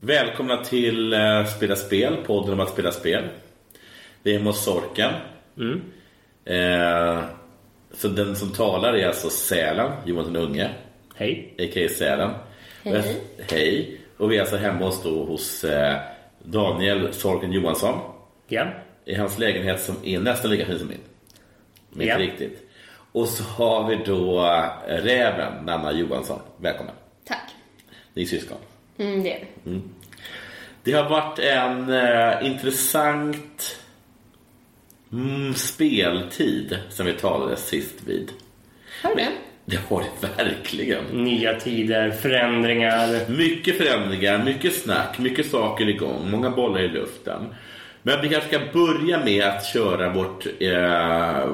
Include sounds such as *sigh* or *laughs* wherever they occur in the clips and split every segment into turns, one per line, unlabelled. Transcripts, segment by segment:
Välkomna till eh, Spela Spel, podden om att spela spel. Vi är hos Sorken. Eh, så den som talar är alltså Sälen, Johan den Unge,
Hej.
a.k.a. Sälen. Hej. Hej. Och vi är alltså hemma hos, då, hos eh, Daniel Sorken Johansson.
Ja.
I hans lägenhet som är nästan lika fin som min. Men inte
Ja.
riktigt. Och så har vi då eh, Räven, Nanna Johansson. Välkommen.
Tack.
Ni är syskon.
Mm, det är det.
Det har varit en eh, intressant mm, speltid sen vi talade sist vid.
Har du det?
Det har det verkligen.
Nya tider, förändringar.
Mycket förändringar, mycket snack, mycket saker igång, många bollar i luften. Men vi kanske ska börja med att köra vårt, eh,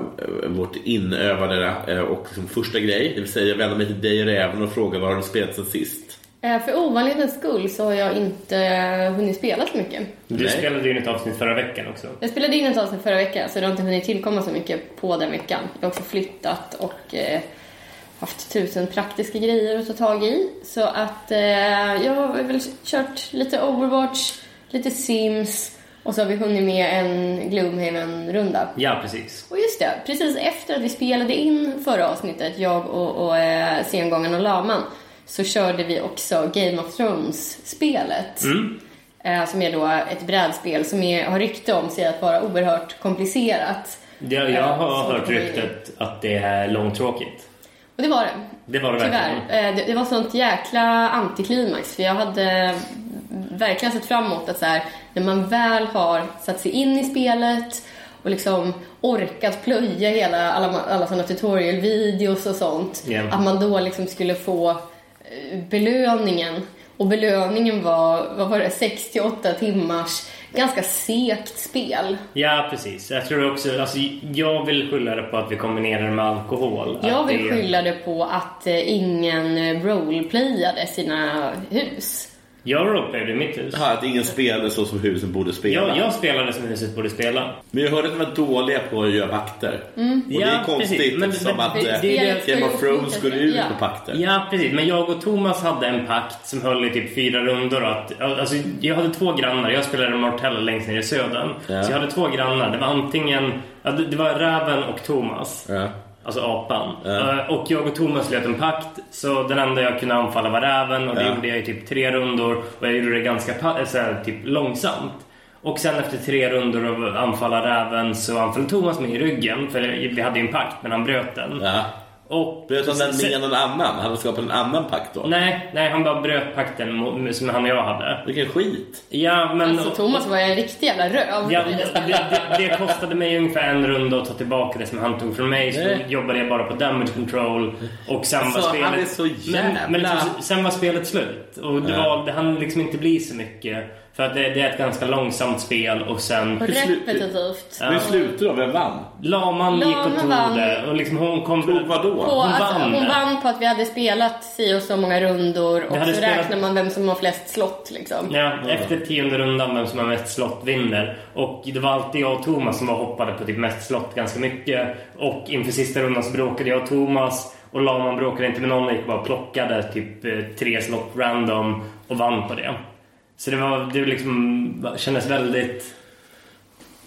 vårt inövade eh, och liksom första grej. Det vill säga jag vänder mig till dig Räven och frågar vad har du spelat sen sist?
Eh, För ovanlighetens skull så har jag inte eh, hunnit spela så mycket.
Du
Nej.
spelade ju in ett avsnitt förra veckan också.
Jag spelade in ett avsnitt förra veckan så det har inte hunnit tillkomma så mycket på den veckan. Jag har också flyttat och eh, haft tusen praktiska grejer att ta tag i. Så att eh, jag har väl kört lite Overwatch, lite Sims och så har vi hunnit med en Gloomhaven-runda.
Ja, precis.
Och just det, precis efter att vi spelade in förra avsnittet, jag och, och eh, Sengången och Laman, så körde vi också Game of Thrones-spelet.
Mm.
Eh, som är då ett brädspel som är, har rykte om sig att vara oerhört komplicerat.
Det, jag
Eh,
har
så-
hört ryktet att det är långtråkigt.
Och det var det.
Det var det
Tyvärr.
verkligen.
Eh, det, det var sånt jäkla antiklimax, för jag hade verkligen sett fram emot att så här, när man väl har satt sig in i spelet och liksom orkat plöja hela, alla, alla såna tutorial-videos och sånt,
Ja.
att man då liksom skulle få eh, belöningen. Och belöningen var, vad var det, 68 timmars ganska segt spel.
Ja, precis. Jag tror också... Alltså, jag vill skylla det på att vi kombinerar det med alkohol.
Jag
Att
vill
det-
skylla det på att eh, ingen eh, roleplayade sina hus.
Jag roleplayade i mitt hus.
Ja, Att ingen spelade så som husen borde spela.
Jag, jag spelade som huset borde spela.
Men jag hörde att de var dåliga på att göra pakter. Och det är
Mm, Ja,
konstigt
precis. Men-
som
men-
att
det-
eh,
det-
Game of Thrones går ut
Ja.
på pakter.
Ja, precis. Men jag och Thomas hade en pakt som höll i typ fyra rundor. Att, alltså, jag hade två grannar. Jag spelade Martella längst ner i södern.
Ja.
Så jag hade två grannar. Det var antingen... ja, det- Det var Räven och Thomas.
Ja.
Alltså apan. Eh, Och jag och Thomas slöt en pakt. Så den enda jag kunde anfalla var Räven. Och det
Ja.
gjorde jag i typ tre rundor. Och jag gjorde det ganska pa- eh, så här, typ långsamt. Och sen efter tre rundor av att anfalla Räven så anföll Thomas mig i ryggen. För vi hade ju en pakt, men han bröt den.
Ja.
Och
Bröt han den
sen-
med någon annan? Han hade skapat en annan pakt då?
Nej, nej, han bara bröt pakten mo- som han och jag hade.
Vilken skit!
Ja, men...
Alltså Thomas var ju en riktig jävla röv.
ja, det, det, det kostade mig ungefär en runda att ta tillbaka det som han tog från mig. Så
Nej.
då jobbade jag bara på damage control. Och sen
Alltså,
var
han
spelet...
är så
Men, men
jävla-
liksom, sen var spelet slut. Och det
Ja.
var, det hann liksom inte bli så mycket För att det, det är ett ganska långsamt spel och sen
Och
Hur slut-
repetitivt.
Men slutar då? Vem vann?
laman gick och
Laman
tog
vann.
det. Och liksom hon kom...
Tog vadå?
På,
Hon
hon, alltså,
vann.
hon vann på att vi hade spelat si och så många rundor och
Vi hade
så
spelat-
räknar man vem som har flest slott liksom.
Ja, efter tionde rundan vem som har mest slott vinner. Och det var alltid jag och Thomas som var hoppade på typ mest slott ganska mycket. Och inför sista rundan så bråkade jag och Thomas. Och Laman bråkade inte med någon, jag gick bara och plockade typ eh, tre slott random och vann på det. Så det var, det liksom kändes väldigt...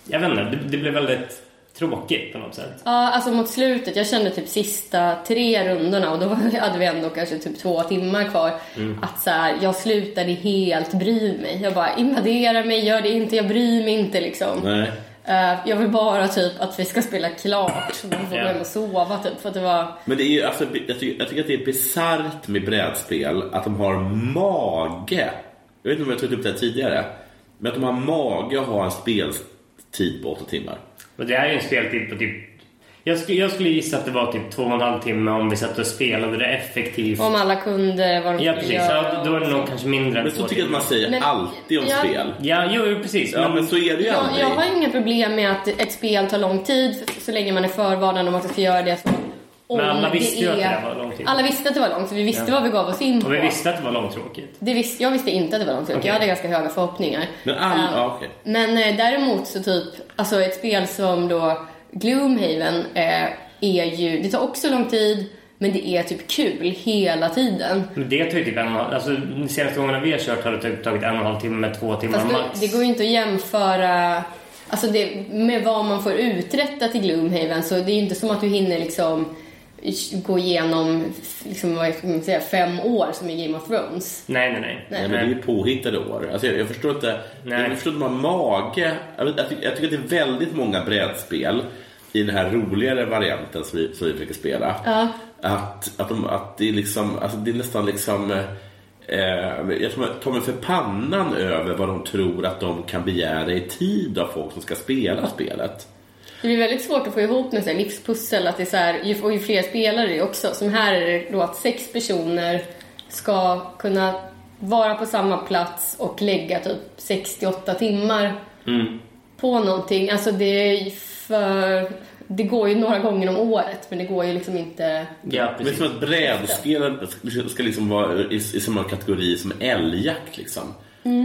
Jag vet inte, det, det blev väldigt tråkigt på något sätt.
Ja, alltså mot slutet. Jag kände typ sista tre rundorna och då *laughs* var- hade vi ändå kanske typ två timmar kvar.
Mm.
Att så här, jag slutade helt bry mig. Jag bara, invadera mig, gör det inte, jag bryr mig inte liksom.
Nej.
Eh, jag vill bara typ att vi ska spela klart. Man får gå
Ja.
hem och sova typ. För att det var...
Men det är ju, alltså, jag, tycker, jag tycker att det är bisarrt med brädspel att de har mage. Jag vet inte om jag tagit upp det här tidigare. Men att de har mage att ha en speltid på åtta timmar.
Och det här är ju en speltid på typ... Jag skulle, jag skulle gissa att det var typ två och en halv timme om vi satt och spelade det effektivt.
Om alla kunde vad de
Ja
skulle
precis,
göra
ja, då är det nog kanske mindre än
Men så
två
tycker jag att
timmar.
man säger
Men-
alltid om
ja.
spel.
Ja, jo, jo, precis.
Ja, men
men,
så är det ju
Jag,
aldrig.
jag har inga problem med att ett spel tar lång tid för- så länge man är förvarnad om att det ska göra det. Så om
Men alla
det
visste ju att det var lång tid.
Alla visste att det var långt, så vi visste vad vi gav oss in på.
och vi visste att det var långtråkigt.
Det visste, jag visste inte att det var långtråkigt.
Okej.
Jag hade ganska höga förhoppningar.
Men all-
Eh,
ja, okej.
men eh, däremot så typ, alltså ett spel som då Gloomhaven eh, är ju, det tar också lång tid, men det är typ kul hela tiden.
Men det tar ju typ en och en halv... Alltså, de senaste gångerna vi har kört har det typ tagit en och en halv timme, två timmar
Fast
max.
det, det går ju inte att jämföra alltså det, med vad man får uträttat i Gloomhaven. Så det är ju inte som att du hinner liksom gå igenom liksom, vad ska man säga, fem år som i Game of Thrones.
Nej, nej, nej.
Nej, men det är ju påhittade år. Alltså, jag, jag förstår inte.
Nej.
Jag förstår inte man mage. Jag, vet- jag, tycker, jag tycker att det är väldigt många brädspel i den här roligare varianten som vi, som vi försöker spela. Att, att, de, att det är liksom, alltså det är nästan liksom eh, jag tror man tar mig för pannan över vad de tror att de kan begära i tid av folk som ska spela spelet.
Det blir väldigt svårt att få ihop med så här, livspussel. Att det är så här, ju, och ju fler spelare det är också. Som här är det då att sex personer ska kunna vara på samma plats och lägga typ 68 timmar på någonting. Alltså det, är ju för, det går ju några gånger om året men det går ju liksom inte...
Ja,
Men det är
precis.
som att brädspel ska- ska liksom vara i, i samma kategori som älgjakt. Liksom.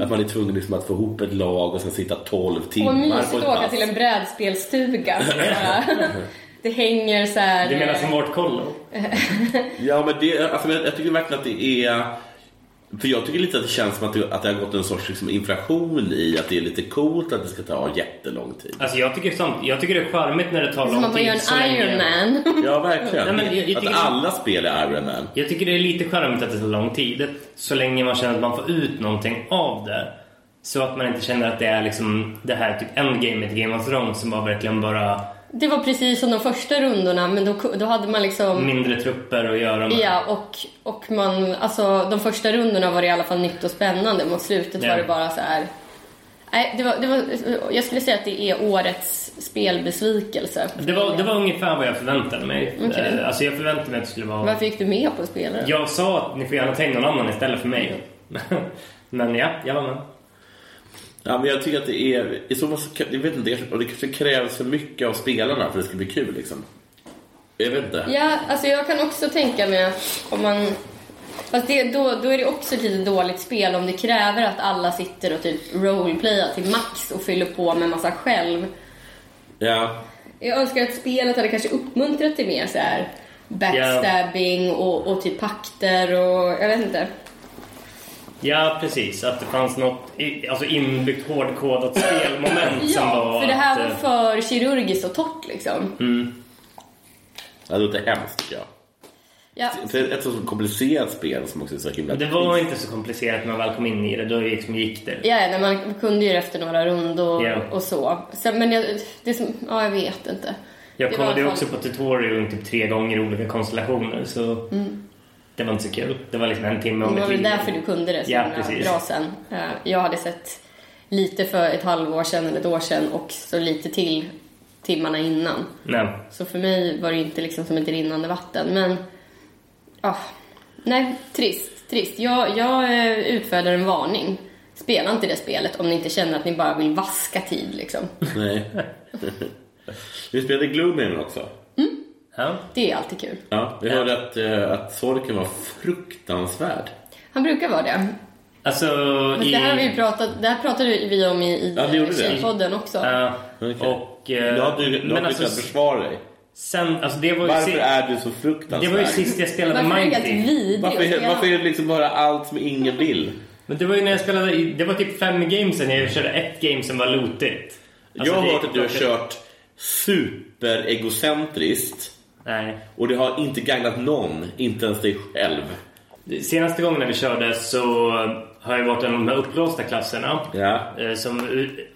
Att man är tvungen liksom att få ihop ett lag och sen sitta 12 timmar
Mm. Och
på
mysigt
ett
att åka
pass.
till en brädspelstuga.
*laughs*
*laughs* det hänger så här... eh,
Det menar som vårt kollo.
Ja, men det, alltså, jag, jag tycker verkligen att det är... För jag tycker lite att det känns som att det, att det har gått en sorts liksom, inflation i att det är lite coolt att det ska ta jättelång tid.
Alltså, jag tycker, sånt, jag tycker det är charmigt när det tar
som att
lång
man
tid.
gör
så
en
länge-
Iron Man.
Ja, verkligen.
Nej, men jag- jag tycker-
att alla spel är Iron Man.
Jag tycker det är lite charmigt att det tar lång tid så länge man känner att man får ut någonting av det. Så att man inte känner att det är liksom det här typ endgamet i Game of Thrones som var verkligen bara
*laughs* Det var precis som de första rundorna men då, då hade man liksom...
mindre trupper att göra med.
Ja, och, och man, alltså, de första rundorna var det i alla fall nytt och spännande. Mot slutet
Ja.
var det bara så här... Nej, det var, det var, jag skulle säga att det är årets spelbesvikelse.
Det var, det var ungefär vad jag förväntade mig.
Okej.
Eh, Alltså jag förväntade mig att det skulle vara...
Varför gick du med på spelare?
Jag sa att ni får gärna ta in någon annan istället för mig. *laughs* Men ja, jag var med.
Ja, men jag tycker att det är... I så fall, så- jag vet inte, och det kanske krävs för mycket av spelarna för att det ska bli kul. Liksom. Jag vet inte.
Ja, alltså jag kan också tänka mig att om man... Fast det, då, då är det också ett lite dåligt spel om det kräver att alla sitter och typ roleplayar till max och fyller på med massa själv.
Ja.
Jag önskar att spelet hade kanske uppmuntrat till mer så här backstabbing och, och typ pakter och jag vet inte.
Ja, precis. Att det fanns något i, alltså inbyggt hårdkodat spelmoment som
Ja,
var
för det här var
att, eh, Mm.
för kirurgiskt och torrt liksom.
Ja, Det låter hemskt, tycker jag.
Ja.
För ett sånt komplicerat spel som också är så himla...
Det var inte så komplicerat när man väl kom in i det. Då liksom gick det.
Ja, när man kunde ju det efter några rundor
Ja.
och så. Sen, men jag, det som, ja, jag vet inte.
Jag
Det var i
kollade ju
alla
också
fall-
på tutorialen typ tre gånger i olika konstellationer. Så det var inte så kul. Det var liksom en timme om
Mm. Det var
ett
väl
liv.
därför du kunde det så
Ja,
himla
precis.
bra sen. Eh, Jag hade sett lite för ett halvår sedan eller ett år sedan och så lite till timmarna innan.
Nej.
Så för mig var det inte liksom som ett rinnande vatten. Men, ja. nej, trist. Trist. Jag, jag eh, utfärdar en varning. Spela inte det spelet om ni inte känner att ni bara vill vaska tid
*laughs*
liksom.
*laughs* Nej. Vi spelade Gloomhaven också.
Ja.
Det är alltid kul.
Ja, vi hörde att, eh, att sorken var fruktansvärd.
Han brukar vara det.
Alltså,
Men
i...
det, här har vi ju pratat, det här pratade vi om i, i
Mm. Ja, vi gjorde det.
Kilpodden också.
Ja.
Okej.
Eh, och... eh,
Du har du, du
men
har
alltså,
alltså, försvara dig.
sen, alltså det var ju,
Varför
si-
är du så fruktansvärd?
det var ju sist jag spelade
Varför är det helt
Mighty.
vidrig att
varför,
spela?
varför är det liksom bara allt som ingen vill?
Men det var ju när jag spelade, i- det var typ fem games sen jag körde ett game som var lootigt. Alltså,
jag har
det-
hört att du har kört superegocentriskt
Nej.
och det har inte gagnat någon, inte ens dig själv.
Senaste gången när vi körde så har jag varit en av de här uppblåsta klasserna.
Ja.
Eh, Som,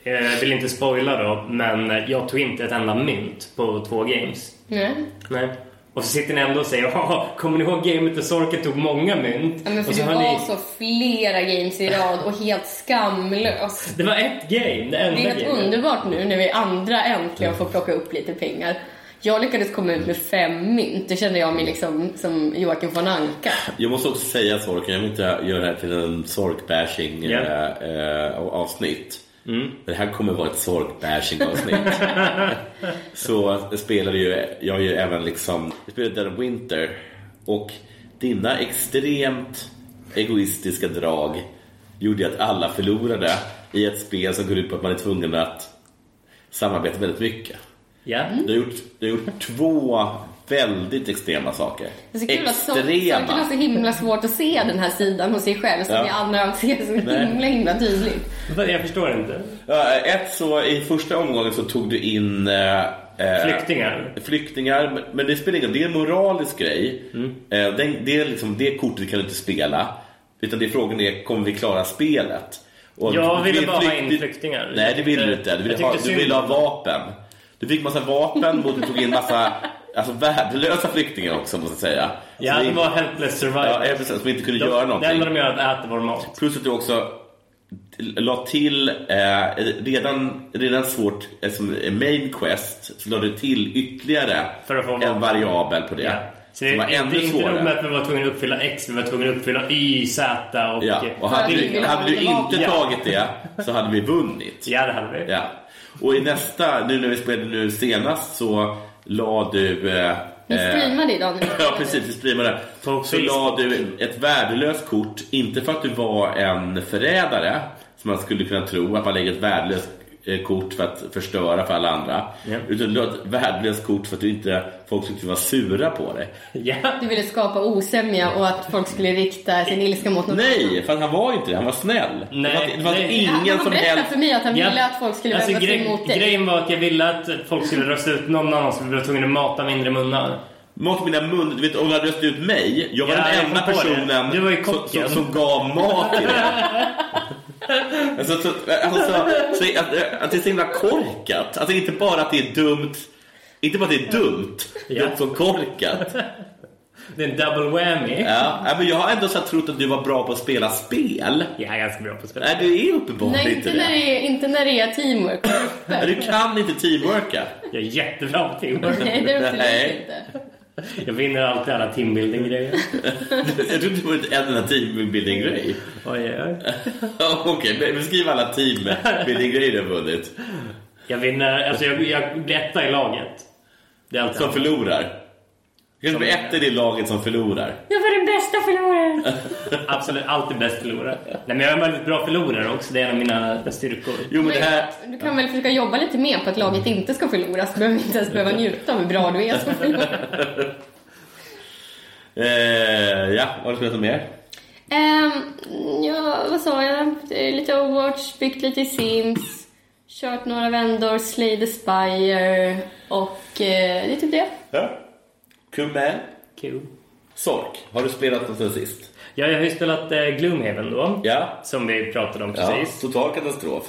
eh, vill inte spoila då, men jag tog inte ett enda mynt på två games.
Nej.
Nej. Och så sitter ni ändå och säger "Ja, kommer ni ihåg gamet där Sorken tog många mynt?
Ja, men för
och så
du
har
var så flera games i rad och helt skamlös.
Det var ett game, det enda
Det är helt
gamet.
underbart nu när vi andra äntligen får plocka upp lite pengar. Jag lyckades komma ut med fem mynt. Det kände jag mig liksom som Joakim von Anka.
Jag måste också säga sorken, jag vill inte göra det här till en sorkbashing
Ja.
eh, eh, avsnitt. Det här kommer vara ett sorkbashing avsnitt. Så spelade ju, jag ju även liksom, jag spelade Dead of Winter och dina extremt egoistiska drag gjorde ju att alla förlorade i ett spel som går ut på att man är tvungen att samarbeta väldigt mycket.
Ja.
Mm.
Du har gjort, du har gjort två väldigt extrema saker.
Det är så kul att så- sakerna har så himla svårt att se den här sidan hos sig själv som
Ja.
vi andra ser så himla, himla tydligt.
Jag förstår inte.
Ja, ett så i första omgången så tog du in eh, eh,
Flyktingar.
flyktingar, men- men det spelar ingen roll. Det är en moralisk grej.
Mm.
Eh, den, det, är liksom, det kortet kan du inte spela. Utan det är frågan är, kommer vi klara spelet? Och
Jag
du-
ville
du-
bara ha
du-
in
du-
flyktingar.
Nej, det
Jag
ville du
tyckte-
inte. Du ville,
jag
ha,
tyckte
du
synd
ville ha
om
vapen. Du fick massa vapen och du tog in massa alltså, värdelösa flyktingar också, måste jag säga.
Ja,
Så
de
det-
var helpless
ja,
survivors.
jag precis, som inte kunde
de,
göra
det
någonting.
enda de gör är att äta vår mat.
Plus att du också la till eh, redan, redan svårt eh, som main quest så la du till ytterligare
För att få
en
vapen.
variabel på det.
Ja. Så det,
som var
det
ännu
är inte nog
svårare.
med att vi var tvungna att uppfylla X, vi var tvungna att uppfylla Y, Z och...
Ja. Och
För att
hade,
vi
du,
ville ha
hade du
vapen.
inte
Ja.
tagit det så hade vi vunnit.
Ja, det hade vi.
Ja. Och i nästa, nu när vi spelade nu senast så la du... Eh,
Ni
eh,
streamade idag när ni
*laughs* Ja precis, vi streamade.
På
Så la du ett värdelöst kort, inte för att du var en förrädare som man skulle kunna tro, att man lägger ett värdelöst eh, kort för att förstöra för alla andra.
Ja.
Utan du la ett värdelöst kort för att du inte, folk skulle vara sura på dig.
Ja.
Du ville skapa osämja och att folk skulle rikta sin ilska mot någon
Nej, för att han var ju inte det, han var snäll.
Nej,
det var, det var
nej.
Han,
ingen
han
som
berättade
helst...
för mig att han
Ja.
ville att folk skulle
alltså,
vända sig
grej-
mot dig.
Grejen var att jag ville att folk skulle rösta ut någon annan så vi var tvungna att mata mindre munnar.
Mot mina mun, du vet om du hade röstat ut mig, jag var
Ja, jag
den
kom
enda
på det.
personen
Du var ju
som, som,
kocken.
som gav mat till dig.
*laughs*
alltså, så, alltså, så, att, att det är så himla korkat. Alltså inte bara att det är dumt, inte bara att det är dumt, det är
Ja.
också korkat.
Det är en double whammy. Ja,
Ja, nej, men jag har ändå så här trott att du var bra på att spela spel.
jag är ganska bra på spel.
Nej, du är uppenbarligen
Nej,
inte
inte
det.
när, det är, inte när det är teamwork. *laughs*
Nej, Du kan inte teamworka.
Jag är jättebra på teamwork.
Nej, det är absolut
Nej.
inte.
Jag vinner alltid alla teambuilding-grejer.
Jag trodde det var ett enda teambuilding-grej.
Oj, oj, oj.
Okej, beskriv alla teambuilding-grejer du har vunnit.
Jag vinner, alltså jag, jag blir etta i laget. Det är alltså alltid
Som förlorar. Det kanske blir ett i det laget som förlorar.
Jag var den bästa förloraren.
Absolut, alltid bäst förlorare. Nej, men jag är en väldigt bra förlorare också, det är en av mina styrkor.
Jo, men det här...
Du kan väl försöka jobba lite mer på att laget
Mm.
inte ska förlora så behöver vi inte ens behöva njuta av hur bra
*laughs*
du är som förlorare.
Eh, ja, vad har du spelat något mer?
Ehm, ja, vad sa jag? Det är Lite Overwatch, byggt lite i Sims, kört några vändor, Slay the Spire och eh, det är typ det.
Ja. Kummen.
Kul.
Sork, har du spelat något sen sist?
Ja, jag har ju spelat eh, Gloomhaven då.
Ja.
Som vi pratade om
ja.
precis.
Total katastrof.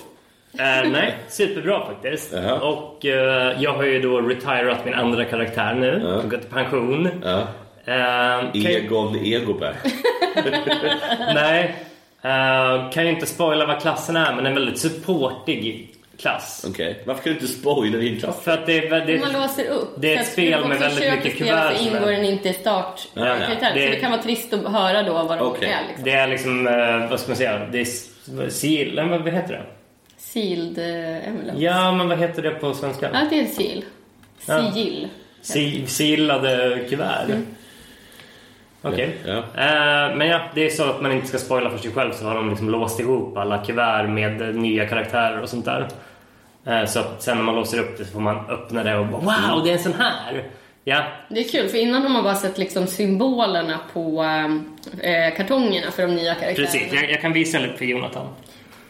Eh, nej, superbra faktiskt.
Ja.
Och eh, jag har ju då retirat min andra karaktär nu. Uh. Gått i pension.
Ja.
Eh, kan *laughs* ju-
Egon Egoberg.
Nej. Eh, kan ju inte spoila vad klassen är, men en väldigt supportig klass.
*laughs* Okej. Varför kan du inte spoila din klass?
För att det är
Om
väldigt...
man låser upp.
det är
så
ett
att
spel
folk
med
som
väldigt
köper
mycket
spel
kuvert
så
som är-
ingår den inte i start.
Nej, nej.
karaktären.
Det-
Så det kan vara trist att höra då vad de
Okej.
är. Liksom.
Det är liksom, eh, vad ska man säga, det är s- sigill, nej, vad heter det?
Sealed eh, emblem.
Ja, men vad heter det på svenska?
Ja, det är en seal.
Ja.
Sigill.
Si- Sigillade kuvert? Okej.
Ja.
Eh, men ja, det är så att man inte ska spoila för sig själv så har de liksom låst ihop alla kuvert med eh, nya karaktärer och sånt där. Eh, så att sen när man låser upp det så får man öppna det och bara wow, det är en sån här! Ja,
Det är kul, för innan har man bara sett liksom symbolerna på eh, kartongerna för de nya karaktärerna.
precis. Jag, jag kan visa lite för Jonathan.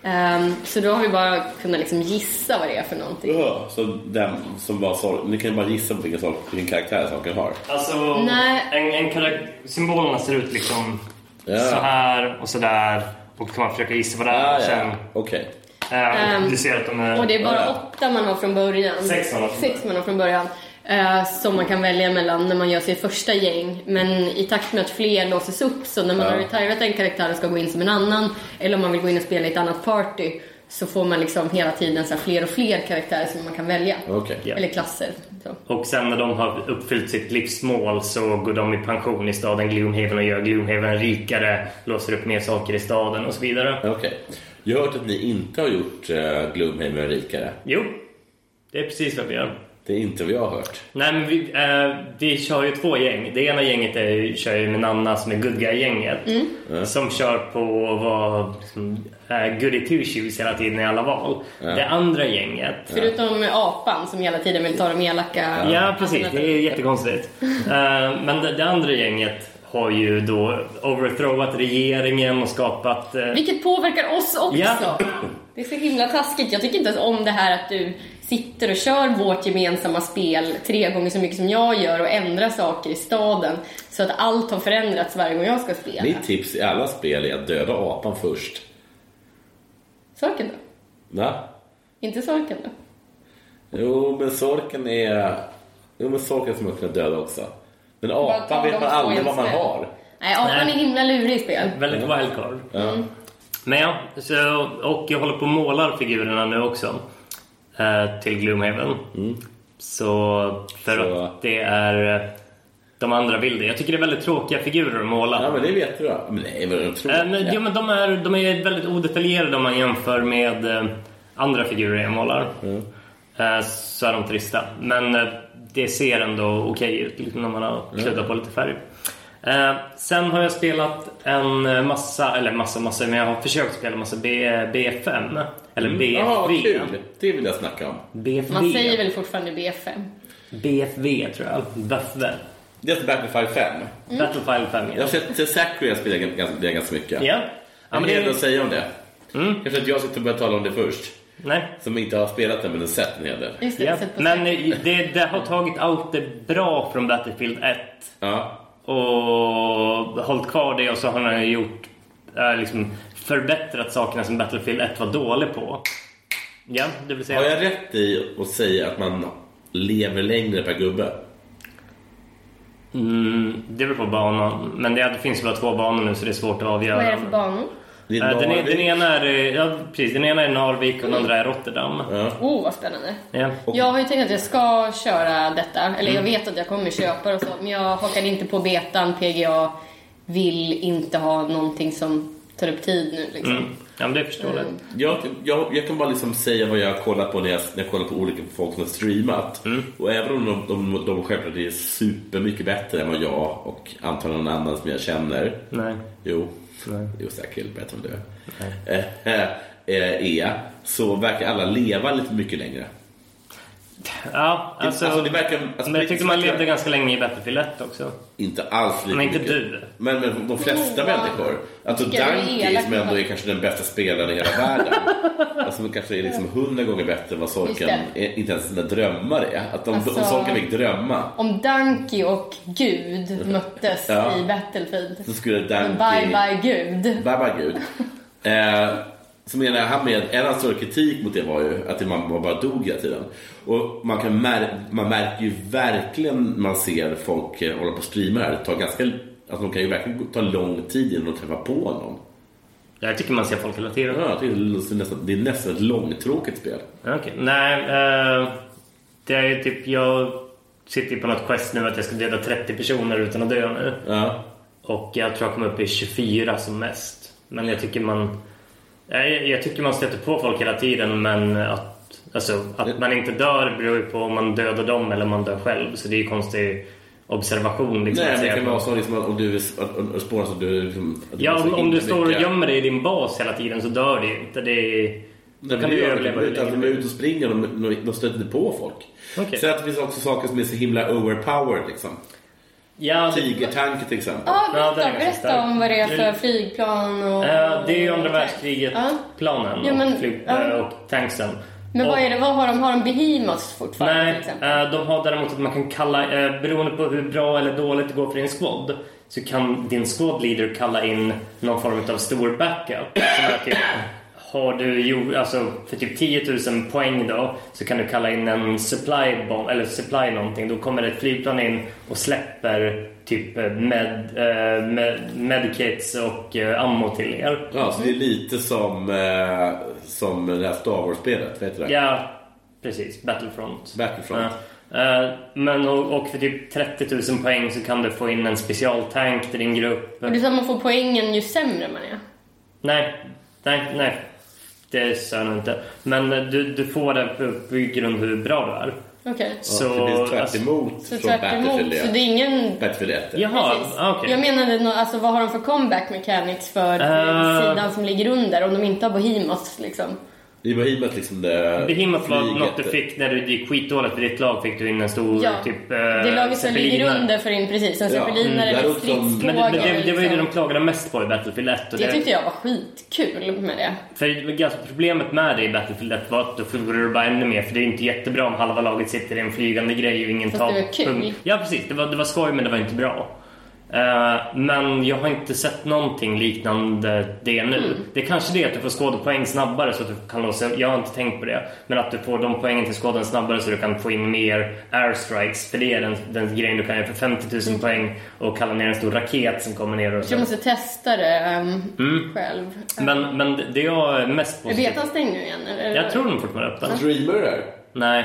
Ehm, så då har vi bara kunnat liksom gissa vad det är för någonting.
Ja, så den som var sorg... Ni kan ju bara gissa på vilken, sorg... vilken karaktär saken har.
Alltså,
Nej.
en, en karak- symbolerna ser ut liksom
Ja.
så här och så där. Och då kan man försöka gissa vad det är.
Ah,
och sen,
ja. Okej.
eh,
Ehm,
du ser att de är...
Och det är bara
Ja.
åtta man har från början.
Sex man har från
Sex man har från början. Eh, som man kan välja mellan när man gör sitt första gäng. Men i takt med att fler låses upp, så när man
Ja.
har retirat en karaktär och ska gå in som en annan, eller om man vill gå in och spela i ett annat party, så får man liksom hela tiden så här fler och fler karaktärer som man kan välja.
Okej.
Ja.
Eller klasser. Så.
Och sen när de har uppfyllt sitt livsmål så går de i pension i staden Gloomhaven och gör Gloomhaven rikare, låser upp mer saker i staden och så vidare.
Okej. Jag har hört att ni inte har gjort uh, Gloomhaven rikare.
Jo, det är precis vad vi gör.
Det är inte vad jag har hört.
Nej, men vi, eh, vi kör ju två gäng. Det ena gänget är, ju- kör ju med Nanna som är good guy-gänget. Som kör på att vara liksom, eh, goody two shoes hela tiden i alla val. Det andra gänget
Förutom apan som hela tiden vill ta de elaka...
Ja, precis. Det är jättekonstigt. Eh, Men det, det andra gänget har ju då overthrowat regeringen och skapat... eh,
Vilket påverkar oss också!
Ja.
Det är så himla taskigt. Jag tycker inte ens om det här att du sitter och kör vårt gemensamma spel tre gånger så mycket som jag gör och ändrar saker i staden så att allt har förändrats varje gång jag ska spela.
Mitt tips i alla spel är att döda apan först.
Sorken då?
Va?
Inte Sorken då?
Jo, men sorken är... Jo, men sorken som man kunna döda också. Men
Bara ta
apan vet
de
man
två
aldrig vad man
hjälpsmän.
har.
Nej, apan är
Nej.
himla lurig i spel.
Väldigt wildcard.
Mm.
Men ja, så, och jag håller på och målar figurerna nu också. eh, Till Gloomhaven. Så för
Mm. Så.
att det är... eh, De andra vill det. Jag tycker det är väldigt tråkiga figurer att måla.
Ja, men det vet du då. Men nej, vad jag tror
Eh, men, jo, men de, är, de är väldigt odetaljerade om man jämför med eh, andra figurer jag målar. Eh, så är de trista. Men eh, det ser ändå okej ut liksom, när man har kluddat på lite färg. Eh, sen har jag spelat en eh, massa, eller massa, massa, men jag har försökt spela massa B, B5. Eller
Ja,
BFV.
kul! Det vill jag snacka om.
BFV.
Man säger väl fortfarande BFM?
BFV tror jag. Buffve.
Det är alltså Battlefield 5.
Battlefield 5.
Jag har sett Zachary spela ganska, det ganska mycket.
Ja.
Jag
Ja,
har
men det,
en del
är-
att säga om det. Kanske att jag sitter och börjar tala om det först.
nej.
Som inte har spelat det, men har sett en hel del.
Just det,
Ja,
sett på
men eh, det, det har tagit allt det bra från Battlefield 1
Ja.
och hållit kvar det och så har han gjort eh, liksom förbättrat sakerna som Battlefield 1 var dålig på. Ja, det vill
Har
säga...
jag rätt i att säga att man lever längre per gubbe?
Mm, det beror på banan. Men det, det finns bara två banor nu så det är svårt att avgöra.
Vad är det för banor?
Det
Eh, den, är,
Narvik.
den, ena är, eh, ja, precis, den ena är Narvik och den andra är Rotterdam.
Oh, vad spännande.
Ja.
Jag har ju tänkt att jag ska köra detta, eller
Mm.
jag vet att jag kommer köpa det och så, men jag hakade inte på betan. PGA vill inte ha någonting som tar upp tid nu liksom.
Mm. Ja, men det förstår jag.
Jag, jag, jag kan bara liksom säga vad jag har kollat på när jag, när jag kollar på olika folk som har streamat.
Mm.
Och även om de, de, de självklart är supermycket bättre än vad jag och antagligen någon annan som jag känner.
Nej.
Jo,
Nej.
jo säkert bättre än du är. Eh, eh, är. Så verkar alla leva lite mycket längre.
Ja, alltså,
Alltså, det verkar- alltså,
men jag tyckte man
det verkar-
levde ganska länge i Battlefield 1 också.
Inte alls lika
Men inte
mycket.
du.
Men, men de flesta
Oh, wow.
människor. Alltså
Vilka är
Danke
elaka.
som ändå är kanske den bästa spelaren i hela världen.
*laughs*
alltså som kanske är liksom hundra gånger bättre än vad Sorken,
Just
är, inte ens sina drömmar är. Att de,
Alltså-
om Sorken fick drömma
Om Danky och Gud möttes
Ja.
i Battlefield.
så skulle Danke...
Men bye bye Gud.
Bye bye
*laughs*
Gud. Eh, så menar jag, han med, en av hans stora kritik mot det var ju att det- man man bara dog hela tiden. Och man, kan mär, man märker ju verkligen när man ser folk eh, hålla på och streama det här. Det tar ganska, alltså de kan ju verkligen ta lång tid innan de träffar på någon.
Jag tycker man ser folk hela tiden.
Ja, jag tycker det, låter nästan, det är nästan ett långtråkigt spel.
Okej. Nej, eh, det är ju typ... Jag sitter ju på något quest nu att jag ska döda 30 personer utan att dö nu.
Ja.
Och jag tror jag kommer upp i 24 som mest. Men jag tycker man... eh, Jag, jag tycker man stöter på folk hela tiden men att... Alltså, att man inte dör beror ju på om man dödar dem eller om man dör själv. Så det är ju konstig observation. Liksom,
Nej,
att
men det
säga
kan
på-
vara så liksom, att om du spårar så att du... Liksom, att
Ja,
måste
om, om du
hindra
står och
mycket.
gömmer dig i din bas hela tiden så dör du ju inte. Det är... Då
Nej,
kan
men
du
det gör
överleva
de
hur
inte. Alltså,
länge.
de är ute och springer, de, de, de stöter inte på folk.
Okej.
Sen att det finns också saker som är så himla overpowered. Liksom.
Ja, det-
Tigertanke till exempel.
Ja,
Ja, det är ganska
berätta, berätta
starkt.
om vad det är för
Mm.
flygplan och...
eh, det är ju andra
Okej. Ja.
världskriget-planen
Ja, men-
och, flyg,
ja.
eh, och tanksen.
Men
och,
vad är det, vad har de? Har de behemoths fortfarande liksom? till
Nej,
exempel?
eh, de har däremot att man kan kalla, eh, beroende på hur bra eller dåligt det går för din squad, så kan din squad leader kalla in någon form av stor backup. Som är typ, har du gjort, alltså för typ 10 000 poäng då, så kan du kalla in en supply bomb, eller supply någonting. Då kommer det ett flygplan in och släpper typ eh, med, eh, med, medkits och eh, ammo till er.
Ja, så det är lite som, eh, som det här Star Wars-spelet. Vet du det?
Ja, precis. Battlefront.
Battlefront.
Ja. Eh, men och, och för typ 30 000 poäng så kan du få in en specialtank till din grupp.
Och det är så att man får poängen ju sämre man är.
Nej, nej, nej. Det sa jag nog inte. Men eh, du, du får det på- på grund av hur bra du är.
Okej.
Så, det blir tvärt
alltså,
emot
Så
från
tvärtemot,
Battlefield
så det
1.
är ingen...
Battlefield 1. ja.
Jaha,
Precis.
ah, okej.
Jag menade, nå- alltså, vad har de för comeback mechanics för
Eh.
sidan som ligger under om de inte har Bohemos liksom?
Det är Behemoth liksom det...
Behemoth var
flyget. eh.
något du fick när du gick skitdåligt för ditt lag fick du in en stor
Ja,
typ eh,
det är laget som ligger
zeppelinare.
under för in, precis, en
Ja,
zeppelinare
mm.
eller
Däremot de-
stridståg.
Men, det, men det, det var ju det
eller
de
liksom.
klagade mest på i Battlefield 1. Och
det tyckte jag var skitkul med det.
För det var ganska problemet med det i Battlefield 1 var att då förlorar du bara ännu mer för det är inte jättebra om halva laget sitter i en flygande grej och ingen
Fast
tar...
det var kul.
punkt. Ja precis, det var, det var skoj men det var inte bra. Eh, men jag har inte sett någonting liknande det nu.
Mm.
Det är kanske det att du får skådepoäng snabbare så att du kan låsa... Jag har inte tänkt på det. Men att du får de poängen till skåden snabbare så du kan få in mer airstrikes. För det är den, den grejen du kan göra för 50 000 poäng och kalla ner en stor raket som kommer ner och
Mm. Jag
så.
måste testa det ehm, själv.
Mm. Men, men det jag är mest
Är
positiv
betan stängd nu igen? Eller?
Jag tror den fortfarande är öppen.
Dreamer där.
Nej.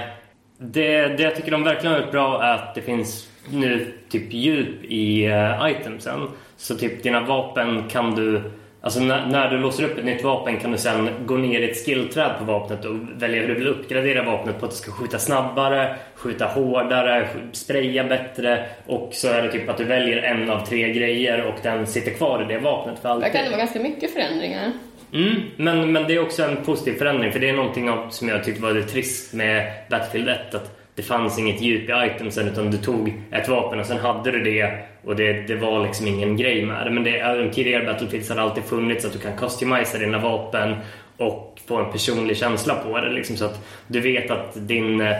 Det, det jag tycker de verkligen har gjort bra är att det finns nu typ djup i eh, itemsen. Så typ dina vapen kan du... Alltså när, när du låser upp ett nytt vapen kan du sen gå ner i ett skillträd på vapnet och välja hur du vill uppgradera vapnet på att du ska skjuta snabbare, skjuta hårdare, sk- spraya bättre och så är det typ att du väljer en av tre grejer och den sitter kvar i det vapnet för alltid.
Där kan det vara ganska mycket förändringar.
Mm, men, men det är också en positiv förändring för det är någonting av- som jag tyckte var det trist med Battlefield 1 att det fanns inget djup i itemsen utan du tog ett vapen och sen hade du det och det, det var liksom ingen grej med det. Men det, även tidigare Battlefields har det alltid funnits att du kan customisa dina vapen och få en personlig känsla på det liksom, så att du vet att din eh,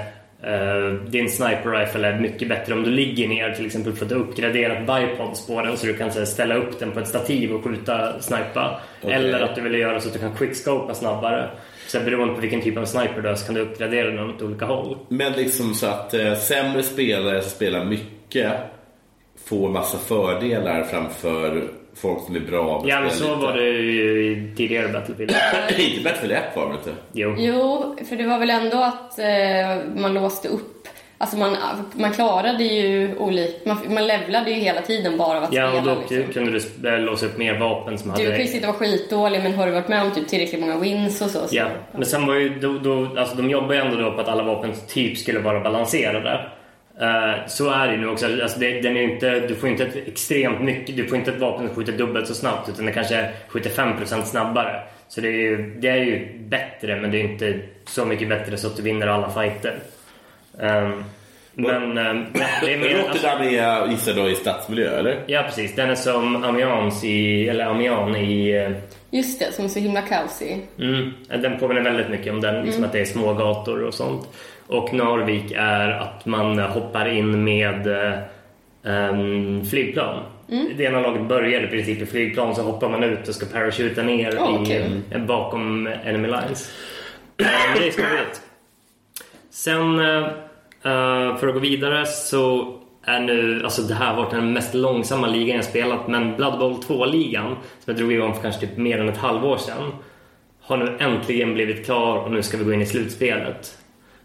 din sniper rifle är mycket bättre om du ligger ner till exempel för att du har uppgraderat bipods på den så du kan så här, ställa upp den på ett stativ och skjuta snipa.
Okej.
Eller att du vill göra så att du kan quickscopa snabbare. Så här, beroende på vilken typ av sniper du har så kan du uppgradera den åt olika håll.
Men liksom så att eh, sämre spelare som spelar mycket får massa fördelar framför folk som är bra.
Ja men så
spelar
var det ju i tidigare Battlefield.
lite. *laughs* Inte Battlefield 1 var det inte?
Jo.
Jo, för det var väl ändå att eh, man låste upp. Alltså man, man klarade ju olika... Man, man levlade ju hela tiden bara av att
Ja och
spela.
då
liksom.
kunde du eh, låsa upp mer vapen som hade...
Du kan ju sitta och vara skitdålig men har du varit med om typ tillräckligt många wins och så, så
Ja, men sen var ju då, då, alltså de jobbar ju ändå då på att alla vapen typ skulle vara balanserade. Eh, så är det ju nu också. Alltså det, den är ju inte, du får ju inte ett extremt mycket, du får inte ett vapen som skjuter dubbelt så snabbt utan det kanske skjuter 5% snabbare. Så det är, ju, det är ju bättre men det är inte så mycket bättre så att du vinner alla fighter. Ehm, men ehm, det är mer... alltså-
Rotterdam är, gissar eh, då, i stadsmiljö eller?
Ja precis, den är som Amiens i, eller Amiens i eh,
Just det, som är så himla kaosig.
Mm, den påminner väldigt mycket om den, liksom att det är små gator och sånt. Och Narvik är att man hoppar in med eh, em, flygplan. Det ena laget börjar i princip i flygplan, så hoppar man ut och ska parachuta ner
Åh,
i,
kul.
eh, bakom enemy lines. Eh, det är skojigt. Sen eh, eh, för att gå vidare så är nu, alltså det här har varit den mest långsamma ligan jag spelat men Blood Bowl 2-ligan som jag drog igång för kanske typ mer än ett halvår sedan har nu äntligen blivit klar och nu ska vi gå in i slutspelet.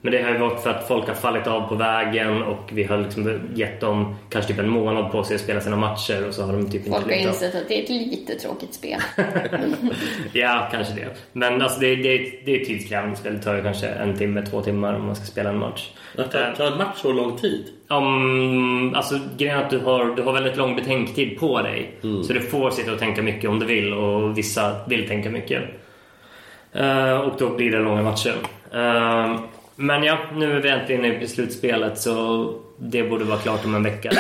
Men det har ju varit för att folk har fallit av på vägen och vi har liksom gett dem kanske typ en månad på sig att spela sina matcher och så har de typ inte
Folk har
blivit av.
insett att det är ett lite tråkigt spel. *laughs*
Ja, kanske det. Men alltså det, det, det är tidskrävande spel. Det tar ju kanske en timme, två timmar om man ska spela en match.
Att ta, ta en match så lång tid.
Om, alltså, grejen är att du har, du har väldigt lång betänktid på dig. Så du får sitta och tänka mycket om du vill och vissa vill tänka mycket. Eh, och då blir det långa matcher. Eh, men ja, nu är vi äntligen inne i slutspelet så det borde vara klart om en *coughs* vecka.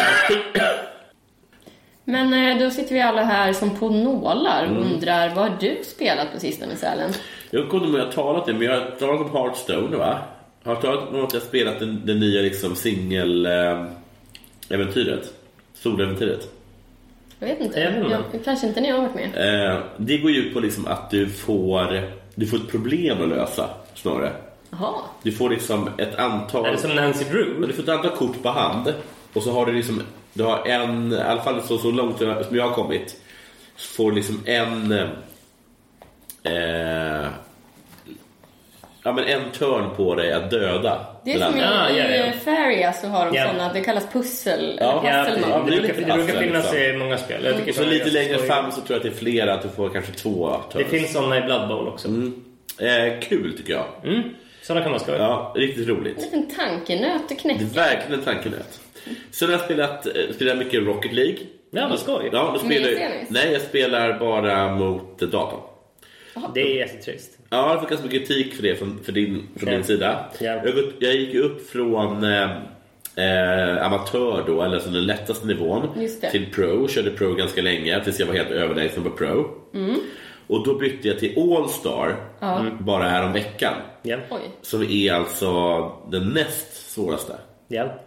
Men eh, då sitter vi alla här som på nålar
Mm.
och undrar vad har du spelat på sistone Sälen?
Jag kommer inte ihåg om jag har talat det, men jag har talat om Hearthstone va? Har jag talat om att jag spelat den, det nya liksom singeläventyret? Soläventyret.
Jag vet inte.
Jag vet inte.
Jag, kanske inte ni har varit med.
Eh, det går ju ut på liksom att du får, du får ett problem att lösa snarare.
Jaha.
Du får liksom ett antal...
är det som Nancy
Men
Drew?
du får ett antal kort på hand och så har du liksom, du har en, i alla fall så, så långt jag- som jag har kommit, så får du liksom en eh, ja men en törn på dig att döda.
Det
den
är som i,
andra.
Ja, ja, ja.
i Faria så har de
Ja.
sådana, det kallas pussel.
Ja,
eller
Ja,
puzzle
det,
Ja,
mode.
det är
brukar,
lite
det brukar
trassel,
finnas
liksom.
i många spel. Jag tycker
och så
det är
lite
ganska
längre
skoj.
fram så tror jag att det är flera, att du får kanske två
Det
törns.
finns sådana i Blood Bowl också.
eh, kul tycker jag.
Mm. Sådana kan man skoja.
Ja, riktigt roligt.
En liten tankenöt att
Det
knäcka.
är verkligen en tankenöt. Sen har jag spelat, eh, spelat mycket Rocket League.
Ja, vad skoj.
Ja, då spelar jag,
tennis?
nej, jag spelar bara mot eh, datorn.
Det är jättetrist.
Ja, jag fick ganska mycket kritik för det från, för din, från
Ja.
din sida.
Ja.
Jag, gick upp- jag gick ju upp från eh, eh, amatör då, eller alltså den lättaste nivån,
Just det.
till pro. Körde pro ganska länge tills jag var helt överlägsen på pro.
Mm.
Och då bytte jag till All-star bara här om veckan.
Mm. Ja.
Oj.
Som är alltså den näst svåraste.
Ja.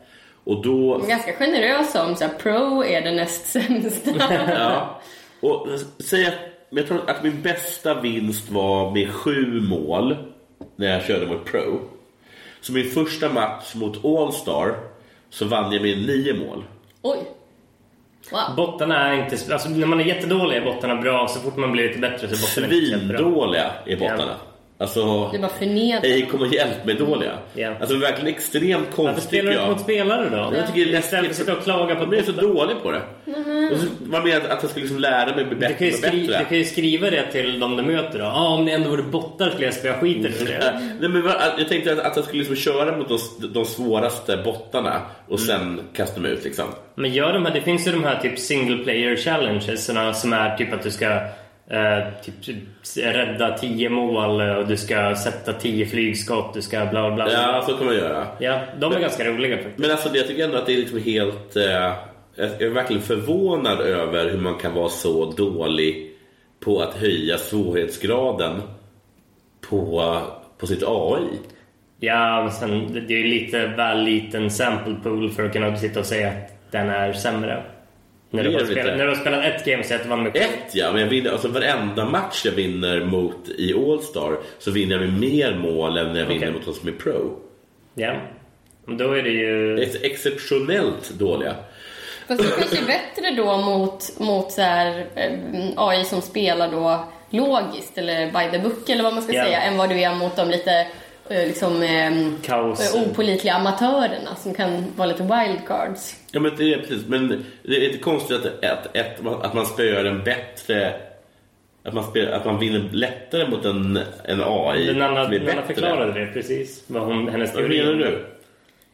Och då...
Ganska generös om så här, pro är det näst *laughs* sämsta.
Ja. Och säg att, men jag tror att min bästa vinst var med sju mål när jag körde mot Pro. Så min första match mot All-Star så vann jag med nio mål.
Oj. Wow.
Bottarna är inte... Alltså, när man är jättedålig är bottarna bra. Så fort man blir lite bättre så är bottarna inte jättebra.
Svindåliga är bottarna. Alltså,
Det är bara förnedrande.
hej kom och hjälp mig dåliga.
Ja.
Alltså verkligen extremt
Varför
konstigt tycker
spelar du inte
jag.
mot spelare då?
Jag tycker det är läskigt.
Istället för att sitta och klaga på
Jag blev så
bottar.
dålig på det. Och så var med att jag skulle liksom lära mig bli
Du kan,
bättre
ju
och
skri-
bättre.
du kan ju skriva det till de du möter då. Ja, ah, om ni ändå vore bottar skulle jag spela skiten för det.
*laughs* Nej, men vad- jag tänkte att, att jag skulle liksom köra mot de, de svåraste bottarna och sen kasta mig ut. Liksom.
Men gör de här, det finns ju de här typ single player challenges såna som är typ att du ska eh, typ, rädda 10 mål eh, och du ska sätta 10 flygskott, du ska bla bla. bla.
Ja, så kan man göra.
ja de är ganska roliga faktiskt.
Men alltså, jag tycker ändå att det är liksom helt... Eh, jag är verkligen förvånad över hur man kan vara så dålig på att höja svårighetsgraden på, på sitt AI.
Ja, men sen, det det är ju lite väl liten sample pool för att kunna sitta och säga att den är sämre. När du,
Det är
har
det
spelat,
inte.
när du har spelat ett game och säger att du vann med
Ett ja, men jag vinner, alltså varenda match jag vinner mot i All-Star så vinner jag med mer mål än när jag vinner
Okej.
mot de som är pro.
Ja. Men Då är det ju...
Ex- Exceptionellt dåliga.
Fast det kanske är bättre då mot, mot så här, eh, AI som spelar då logiskt eller by the book eller vad man ska
Ja.
säga än vad du är mot de lite eh, liksom, ehm,
Kaos.
eh, opolitliga amatörerna som kan vara lite wildcards.
Ja, men det är precis. Men det är inte konstigt att, att, ett, att man spöar en bättre... Att man, spelar, att man vinner lättare mot en, en AI
Den andra,
som är
den andra
bättre.
förklarade det precis. Vad hon, hennes
Vad menar du?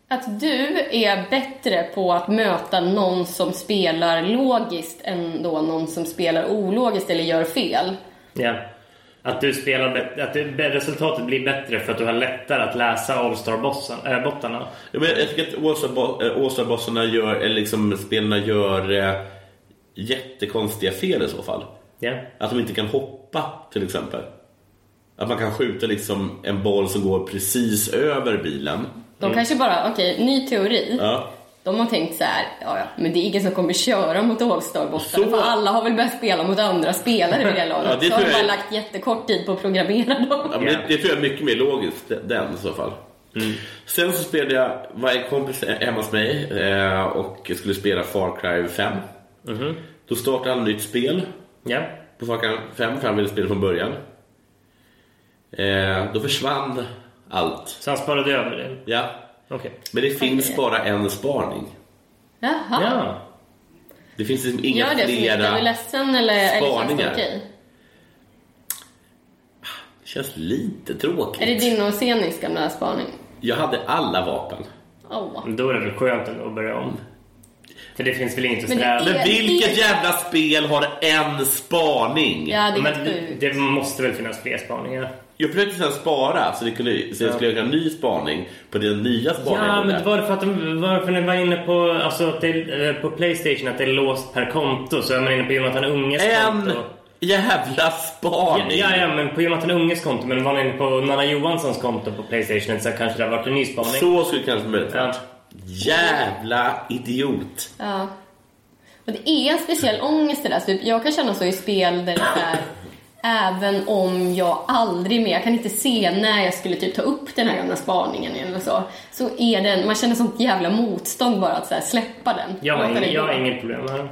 Att du är bättre på att möta någon som spelar logiskt än då någon som spelar ologiskt eller gör fel.
Ja. Att, du spelar bet- att du, resultatet blir bättre för att du har lättare att läsa äh, All-star-bottarna.
Ja, men jag tycker att Åsa- eh, Åsa-bossarna gör, eller liksom spelarna gör eh, jättekonstiga fel i så fall.
Ja.
Att de inte kan hoppa till exempel. Att man kan skjuta liksom en boll som går precis över bilen.
De kanske bara, okej, ny teori.
Mm. Ja.
De har tänkt så här, ja, ja, men det är ingen som kommer köra mot All-star-bossarna
Så-
för alla har väl börjat spela mot andra
*laughs*
spelare vid det laget.
Ja, det
så har
tror
de
jag
bara
är-
lagt jättekort tid på att programmera *laughs* dem.
Ja, men det, det tror jag är mycket mer logiskt, den i så fall. Sen så spelade jag, var en kompis hemma hos mig eh, och jag skulle spela Far Cry 5. Då startade han ett nytt spel
Ja.
på Far Cry 5 för han ville spela från början. Eh, då försvann allt.
Så han sparade över det?
Ja.
Okej.
Men det finns bara en sparning.
Jaha.
Ja.
Det finns liksom inga
Gör det så mycket. Är du
flera...
ledsen eller är det känns det
spaningar.
okej?
Det känns lite
Är det
tråkigt.
din och Zenins gamla spaning?
Jag hade alla vapen.
Åh.
Mm.
Men Då är det väl skönt ändå att börja om? För det finns väl inget att
Men det
sträva
är-
Men vilket jävla spel har en spaning?
Ja, det är
Men det,
sjukt.
det måste väl finnas fler spaningar?
Jag försökte sen spara så, det kunde, så jag skulle göra en ny spaning på den nya spaningen.
Ja,
jag
men
gjorde.
varför, att de, varför ni var inne på, alltså, att det, eh, på Playstation att det är låst per konto så är man inne på Jonathan Unges
En
konto.
jävla
Ja,
spaning!
ja, ja, men på Jonathan Unges konto. Men var ni inne på Nanna Johanssons konto på Playstation så kanske det har varit en ny spaning.
Så skulle det kanske möjligt
Ja.
varit. Jävla idiot!
Ja. Och det är en speciell ångest i det där. Typ, jag kan känna så i spel där det är även om jag aldrig mer, jag kan inte se när jag skulle typ ta upp den här gamla spaningen eller så, så är den, man känner sånt jävla motstånd bara att så här släppa den.
Jag har,
Låta det
ingen, jag
gå.
har inget problem med det.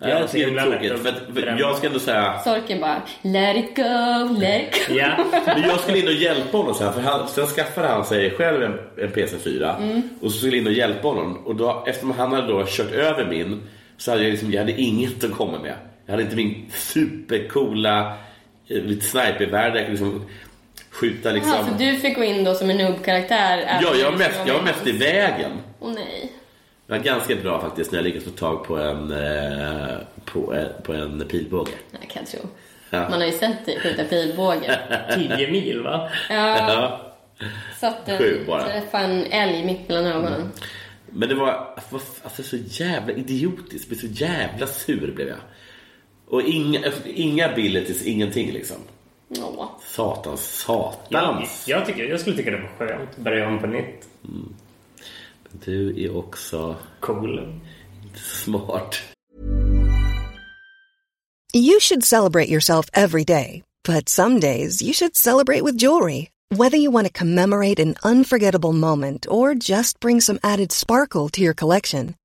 Jag
har
jag
så
tycker det
himla
är
lätt
tråkigt.
att
För att, för
förändra.
jag ska ändå säga...
Sorken bara, let it go, let it go.
Ja.
Men
*laughs*
jag skulle in och hjälpa honom sen, för han, sen skaffade han sig själv en, en PC4 och så skulle jag in och hjälpa honom. Och då, eftersom han hade då kört över min så hade jag, liksom, jag hade inget att komma med. Jag hade inte min supercoola eh, lite snipervärld där jag kunde liksom skjuta liksom.
Jaha, så Alltså, du liksom fick gå in då som en nubbkaraktär? även
ja,
om
jag var
du
mest, jag var mest i vägen.
Åh nej.
Det var ganska bra faktiskt när jag lyckades få tag på en, eh, på, eh, på en pilbåge.
Nej, kan jag tro.
Ja.
Man har ju sett dig skjuta pilbåge.
10 mil va?
Ja,
Ja.
satt en,
Sju bara. Mm.
träffade en älg mitt mellan ögonen.
Men det var vad- alltså, så jävla idiotiskt. Jag blev så jävla sur blev jag. Och inga, alltså, inga abilities, ingenting liksom.
Åh.
Satans
Jag,
satans.
jag, tycker, jag skulle tycka det var skönt att börja om på nytt.
Du är också
Cool.
smart.
You should celebrate yourself every day, but some days you should celebrate with jewelry. Whether you want to commemorate an unforgettable moment or just bring some added sparkle to your collection,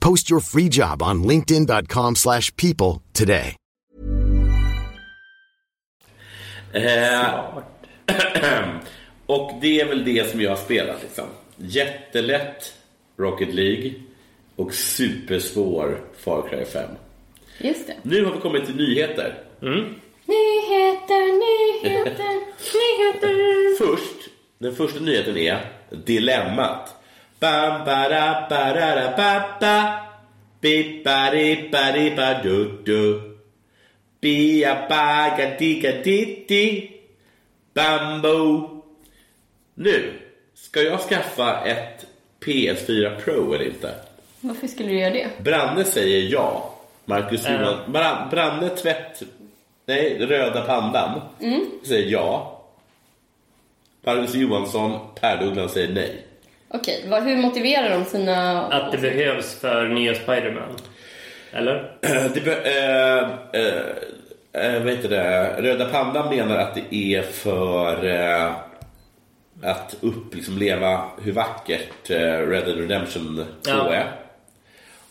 Post your free job on linkedin.com/people slash people today.
Eh, *clears throat* och det är väl det som jag har spelat liksom. Jättelätt Rocket League och supersvår Far Cry 5.
Just det.
Nu har vi kommit till nyheter. *laughs*
Nyheter, nyheter, nyheter.
Först, den första nyheten är dilemmat. Bam, bara, barara, babba. Bippari, bari, badu, du. Bia, baga, diga, ditti. Bambo. Nu, ska jag skaffa ett PS4 Pro eller inte?
Varför skulle du göra det?
Branne säger ja. Marcus Johansson. Bran, Branne tvätt... Nej, röda pandan
Mm.
säger ja. Marcus Johansson, Per Douglas säger nej.
Okej, vad- hur motiverar de sina...
Att det behövs för nya Spider-Man. Eller?
Det be, eh, eh, eh, vad heter det? Röda pandan menar att det är för eh, att uppleva liksom, leva hur vackert eh, Red Dead Redemption 2
Ja.
är.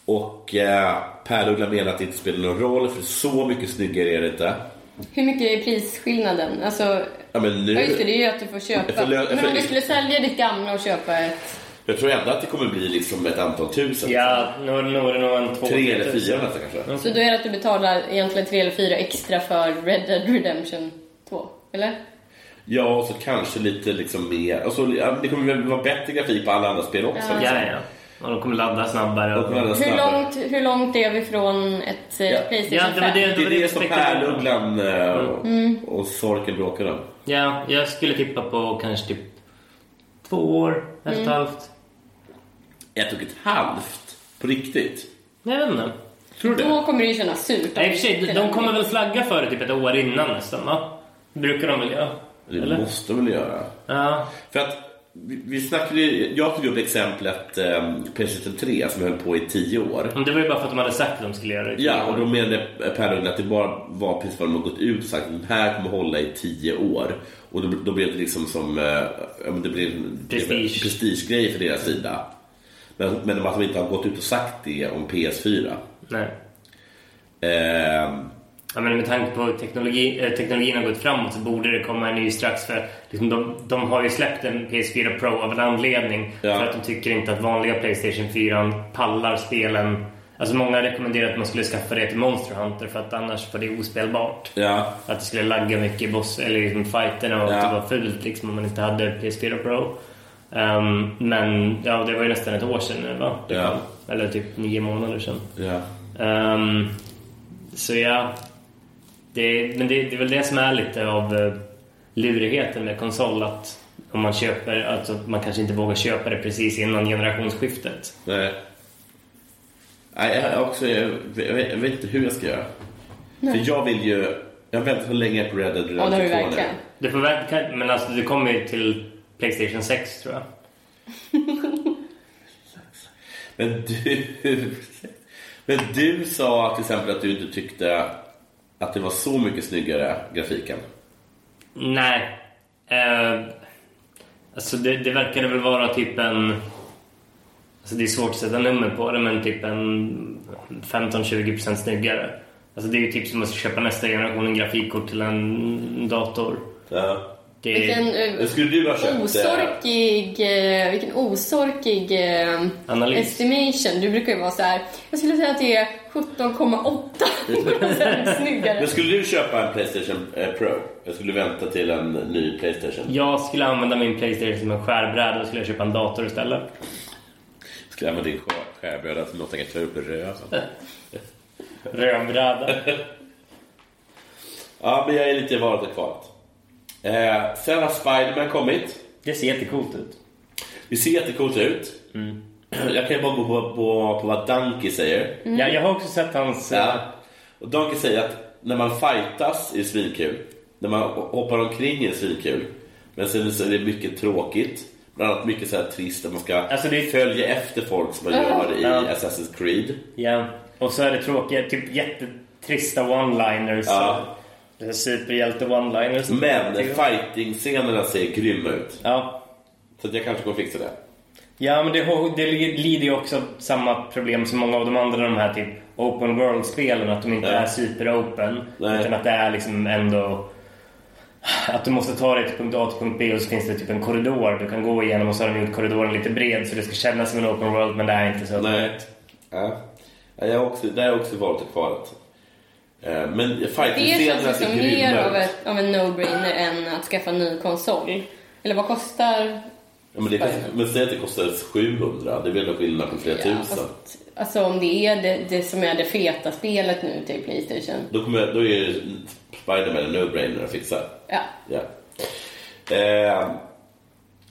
Och eh, Per Douglas menar att det inte spelar någon roll för så mycket snyggare är det inte.
Hur mycket är prisskillnaden? Alltså,
Ja, men nu...
ja just det, det är ju att du får köpa.
Jag får lö- jag
Men
får-
om du skulle sälja ditt gamla och köpa ett...
Jag tror ändå att det kommer bli liksom ett antal tusen.
Ja, nu är det nog en två...
Tre eller fyra nästan kanske.
Så då är det att du betalar egentligen tre eller fyra extra för Red Dead Redemption 2, eller?
Ja, och så kanske lite liksom mer. Alltså, ja, det kommer väl vara bättre grafik på alla andra spel också.
Ja, ja. Och de kommer ladda snabbare.
Och
Och...
alla
Hur
snabbare.
långt, hur långt är vi från ett eh,
Ja.
Playstation
Ja, det var
5?
det-
Det är det som
respektive-
Pärlugglan eh,
Mm.
och Sorken bråkar om.
Ja, jag skulle tippa på kanske typ två år, ett och ett halvt.
Ett och ett halvt? På riktigt?
Jag vet inte.
Tror du
Då
det?
kommer det ju kännas surt. om
Nej, i och för sig,
det-
de- de kommer väl flagga för det typ ett år innan nästan, va? Brukar de väl göra?
Det
Eller?
måste de väl göra?
Ja.
För att vi vi snackade ju, jag tog upp exemplet eh, Playstation 3 som höll på i tio år.
Men det var ju bara för att de hade sagt att de skulle göra det.
Ja, och då menade Per Uggla att det bara var precis vad de har gått ut och sagt. Den här kommer hålla i tio år. Och då, då blev det liksom som, eh, ja, men det blev en det blev en
Prestige.
prestigegrej för deras sida. Men, men att de inte har gått ut och sagt det om PS4.
Nej.
Eh,
Ja, men med tanke på hur teknologi, eh, teknologin har gått framåt så borde det komma en ny strax. För liksom de, de har ju släppt en PS4 Pro av en anledning.
Ja.
För att de tycker inte att vanliga Playstation 4 pallar spelen. Alltså många rekommenderar att man skulle skaffa det till Monster Hunter för att annars var det ospelbart.
ja.
Att det skulle lagga mycket i boss, eller liksom fighterna och
Ja.
att det var fult liksom, om man inte hade PS4 Pro. Ehm, men ja, det var ju nästan ett år sedan nu va? Det
Ja.
kom. Eller typ nio månader sedan.
ja.
Ehm, så ja, det, men det, det är väl det som är lite av eh, lurigheten med konsol. Att om man köper, alltså att man kanske inte vågar köpa det precis innan generationsskiftet.
Nej. Nej, jag, har också, jag, vet, jag vet inte hur jag ska göra. För jag vill ju... Jag har väntat så länge på Red Dead
Ja, det har vi
Redemption 2
verkligen.
Du får väl, kan- men alltså du kommer ju till Playstation 6 tror jag.
Men du... Men du sa till exempel att du inte tyckte att det var så mycket snyggare, grafiken.
Nej. Eh, alltså det, det verkade väl vara typ en... Alltså det är svårt att sätta nummer på det, men typ en 15-20% snyggare. Alltså det är ju typ som att köpa nästa generation grafikkort till en dator.
Ja.
Det
Vilken
är
eh,
Skulle du ha köpt... eh,
osorkig, eh, vilken osorkig eh,
Analys.
estimation. Du brukar ju vara så här. jag skulle säga att det är
*laughs*
17,8%
Men
snyggare.
skulle du köpa en Playstation eh, Pro? Jag skulle vänta till en ny Playstation.
jag skulle använda min Playstation som en skärbräda och skulle jag köpa en dator istället.
Skulle använda din skär- skärbräda som något jag kan köra upp i röven.
Rödbräda.
Ja, men jag är lite i valet och kvalet. Eh, sen har Spiderman kommit.
Det ser jättecoolt ut.
Det ser jättecoolt ut. Jag kan bara gå på, på, på vad Donkey säger.
Ja, jag har också sett hans...
Ja. Och Donkey säger att när man fightas är det svinkul. När man hoppar omkring är det svinkul. Men sen så är det mycket tråkigt. Bland annat mycket så här trist där man ska
Alltså, det är-
följa efter folk som man gör i Assassin's Creed.
Ja, och så är det tråkiga, typ jättetrista one-liners.
Ja.
och Superhjälte-one-liners.
Men fighting-scenerna ser grymma ut.
Ja.
Så att jag kanske kommer fixa det.
ja, men det, det lider ju också av samma problem som många av de andra de här typ open world-spelen. Att de inte
Ja.
är super-open.
Nej.
Utan att det är liksom ändå... Att du måste ta dig till punkt A till punkt B och så finns det typ en korridor du kan gå igenom och så har de gjort korridoren lite bred så det ska kännas som en open world men det är inte så.
Nej. Ja. Ja, Jag har också, där har jag också valet och kvalet. Eh, Men
Det
fighting-scenerna
känns
ser
ju som mer
grymma
av,
ut.
ett, av en no-brainer än att skaffa en ny
Mm.
konsol. Eller vad kostar...
Ja, men, det, kostar- men säg att det kostar 700, det är väl en skillnad på flera tusen.
fast, alltså om det är det, det som är det feta spelet nu till Playstation.
Då, kommer, då är Spiderman en no-brainer att fixa.
Ja.
Ja. Eh,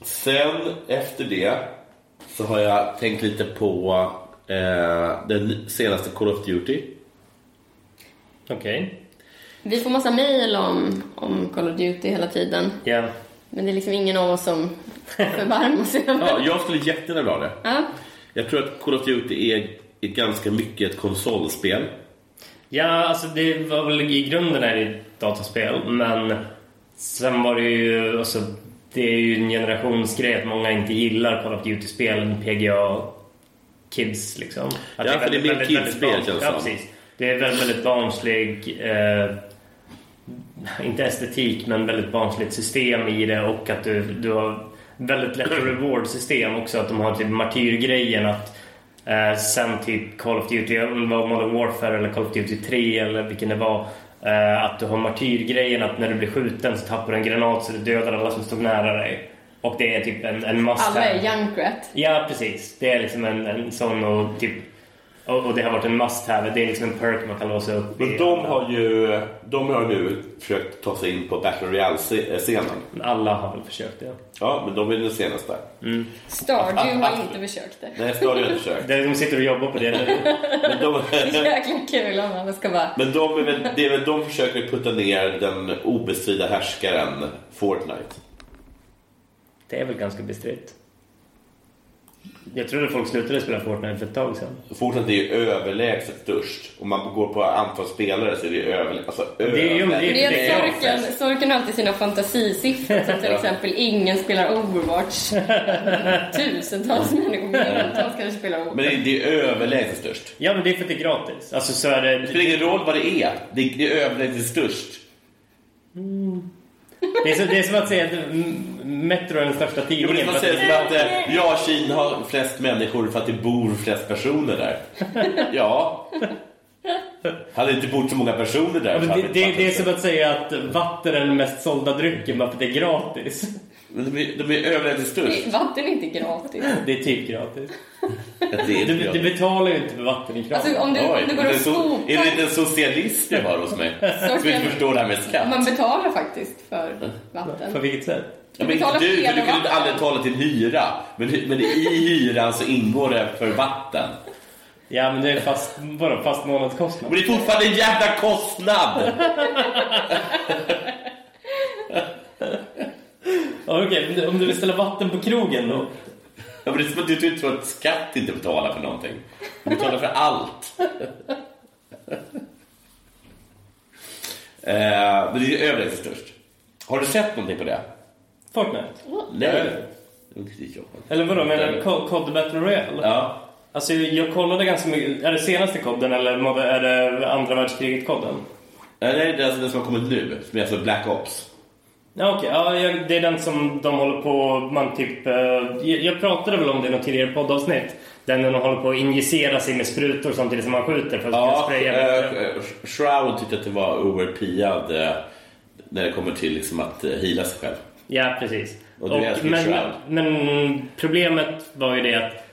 sen efter det så har jag tänkt lite på eh, den senaste Call of Duty.
Okej.
Vi får massa mejl om, om Call of Duty hela tiden.
Ja.
Men det är liksom ingen av
*laughs*
oss som förbarmar sig
Ja,
över
jag skulle jättegärna vilja ha det.
Ja.
Jag tror att Call of Duty är, är ganska mycket ett konsolspel.
Ja, alltså det var väl i grunden är det ett dataspel, men sen var det ju, alltså det är ju en generationsgrej att många inte gillar Call of Duty-spelen, PGA, Kids liksom. Att
Ja, för det är
väldigt,
mer
väldigt,
kids-spel,
väldigt
känns
barn-
det
Ja,
som.
precis. Det är väldigt, väldigt barnslig, eh, inte estetik, men väldigt barnsligt system i det och att du, du har väldigt lätt reward-system också. Att de har typ martyrgrejen att Eh, sen typ Call of Duty, om det var Modern Warfare eller Call of Duty 3 eller vilken det var. Eh, Att du har martyrgrejen att när du blir skjuten så tappar du en granat så du dödar alla som står nära dig. Och det är typ en, en must
Alla är Junkrat.
Ja, precis. Det är liksom en, en sån och typ... Och, och det har varit en must have. Det är liksom en perk man kan låsa upp.
Men
i-
de har ju de har nu försökt ta sig in på Battle Royale-scenen.
Men Alla har väl försökt det.
Ja, men de är den senaste.
Stardew har inte försökt det.
Nej, Star har inte *laughs* försökt.
Det- De sitter och jobbar på det nu.
Men de,
Det är jäkla kul om man ska bara...
men de, är väl, det är väl, de försöker putta ner den obestridda härskaren Fortnite.
Det är väl ganska bestritt. Jag trodde folk slutade spela Fortnite för ett tag sedan.
Fortnite är ju överlägset störst. Om man går på antal spelare så är det ju överlägset. Alltså,
är ju-
överlägset.
Det
Det
är
är
att Sorken, Sorken har alltid sina fantasisiffror som till exempel ingen
*laughs*
spelar Overwatch. Tusentals människor, miljontals kanske spelar Overwatch.
Men det är, det är överlägset störst.
Ja, men det är för att det är gratis. Alltså så är
Det
det...
spelar ingen roll vad det är. Det, det är överlägset störst.
Det är, så, det är som att säga att mm, Metro är den största
Jo, men det
tidningen.
är som
för
att
att det
säga som
är
att eh, ja, Kina har flest människor för att det bor flest personer där. Ja. Hade inte bott så många personer där. så
Ja, men
hade
det,
inte
det,
varit
det är
så-
som att säga att vatten är den mest sålda drycken bara för att det är gratis.
Men de är, de är överlägset störst.
Vatten är inte gratis.
Det är typ gratis.
Ja, det är inte
Du,
jag.
du betalar ju inte för vatten i kranen.
Alltså om du,
Oj,
du går
det
och
är så- Är det inte
skopar.
en socialist jag har hos mig?
*laughs* Sorken.
Som inte förstår det här med skatt.
Man betalar faktiskt för
På
vatten.
vilket sätt?
Ja, men
betalar
inte du,
fel
för du kan inte
vatten.
aldrig betala till hyra. Men, men i hyran så ingår det för vatten.
Ja, men det är fast, bara fast månadskostnad.
Men det är fortfarande en jävla kostnad!
Ja, Okej, men om du vill ställa vatten på krogen då?
Ja, men det är som att du, du tror att skatt inte betalar för någonting. Du betalar för allt. eh, men det är ju överlägset störst. Har du sett någonting på det?
Fortnite?
Nej. Det är inte ditt jobb.
Eller vadå, menar du Co- COD Battle Royale?
Ja.
Alltså jag kollade ganska mycket. Är det senaste CODen eller mod- är det andra världskriget-CODen?
Nej, det är alltså den som har kommit nu, som är alltså Black Ops.
Ja, okej. Ja, jag- det är den som de håller på... Man typ... eh, jag- jag pratade väl om det i något tidigare poddavsnitt. Den där de håller på att injicera sig med sprutor samtidigt som man skjuter för att kunna
Ja,
spraya
eh,
bättre.
Sh- Shroud tyckte att det var overpiad eh, när det kommer till liksom att eh, heala sig själv.
Ja, precis.
Och du älskar ju
men,
Shroud.
men problemet var ju det att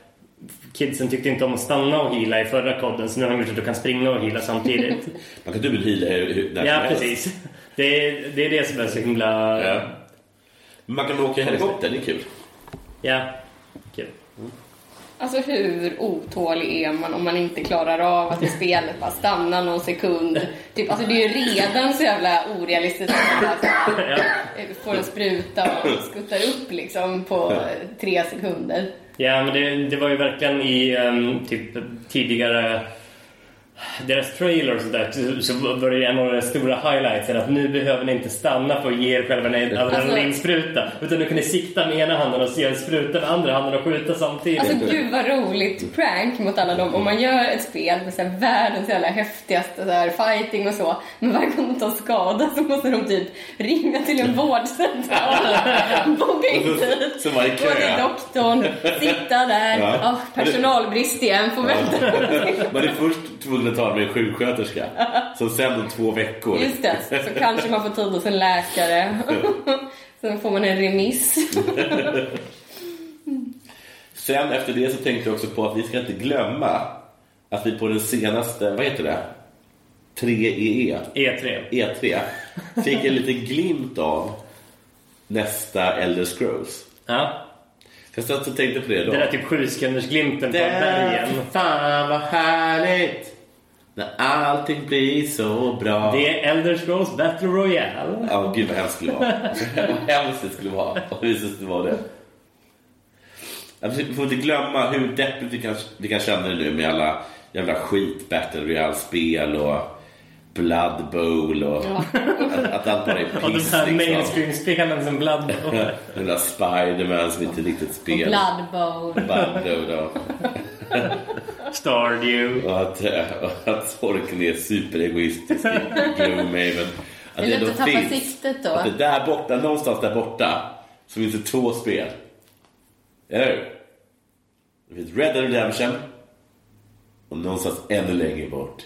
kidsen tyckte inte om att stanna och hila i förra kodden så nu har de gjort att du kan springa och
*laughs*
hila samtidigt.
Man kan dubbelheala hur- hur- när
ja,
som helst.
precis. Det är, det är det som är så himla...
Ja. Men Man kan åka i helikopter, det är kul.
Ja. Kul.
Alltså hur otålig är man om man inte klarar av att i spelet bara stanna någon sekund? Typ, alltså det är ju redan så jävla orealistiskt att man bara eh, får en spruta och skuttar upp liksom på eh, tre sekunder.
Ja, men det, det var ju verkligen i em, typ tidigare deras trailers och där, så- så var det ju en av de stora highlightsen att nu behöver ni inte stanna för att ge er själva en adrenalinspruta utan nu kan ni sikta med ena handen och se en spruta med andra handen och skjuta samtidigt.
Alltså gud vad roligt prank mot alla dem. Om man gör ett spel med så här världens jävla häftigaste så här fighting och så, men varje gång de tar skada så måste de typ ringa till en vårdcentral,
*laughs*
boka in
Och så-
tid,
så var det
gå
kö.
till doktorn, sitta där,
Ja.
Ah, personalbrist igen, får vänta.
Man är först tvungen att tala med en sjuksköterska, som sen om två veckor.
Just det, så kanske man får tid hos en läkare. *laughs* Sen får man en remiss.
Sen efter det så tänkte jag också på att vi ska inte glömma att vi på den senaste, vad heter det? E 3EE,
E3.
E3, E fick en liten glimt av nästa Elder Scrolls.
Ja.
Jag satt och tänkte på det då.
Den där typ sjusekundersglimten på
Där,
bergen.
fan vad härligt! När allting blir så bra.
Det är Elder Scrolls Battle Royale.
Ja, gud vad hemskt det skulle vara. *laughs* vad hemskt det skulle vara om det visade sig det var det. Ja, Vi får inte glömma hur deppigt vi kan, vi kan känna det nu med alla jävla skit Battle Royale-spel och Blood Bowl och att, att allt bara är
*laughs* Och de
piss.
här
liksom.
mainstream-spelen som Blood Bowl.
Den där Spiderman som inte riktigt spelar.
Blood bowl.
Blood Bowl. och-
Stardew.
Och att, och att *laughs* sorken är superegoistisk i Gloomhaven. Att
Det är lätt
ändå
att tappa siktet då.
Att det där borta, någonstans där borta, så finns det två spel. Eller hur? Det finns Red Dead Redemption och någonstans ännu längre bort.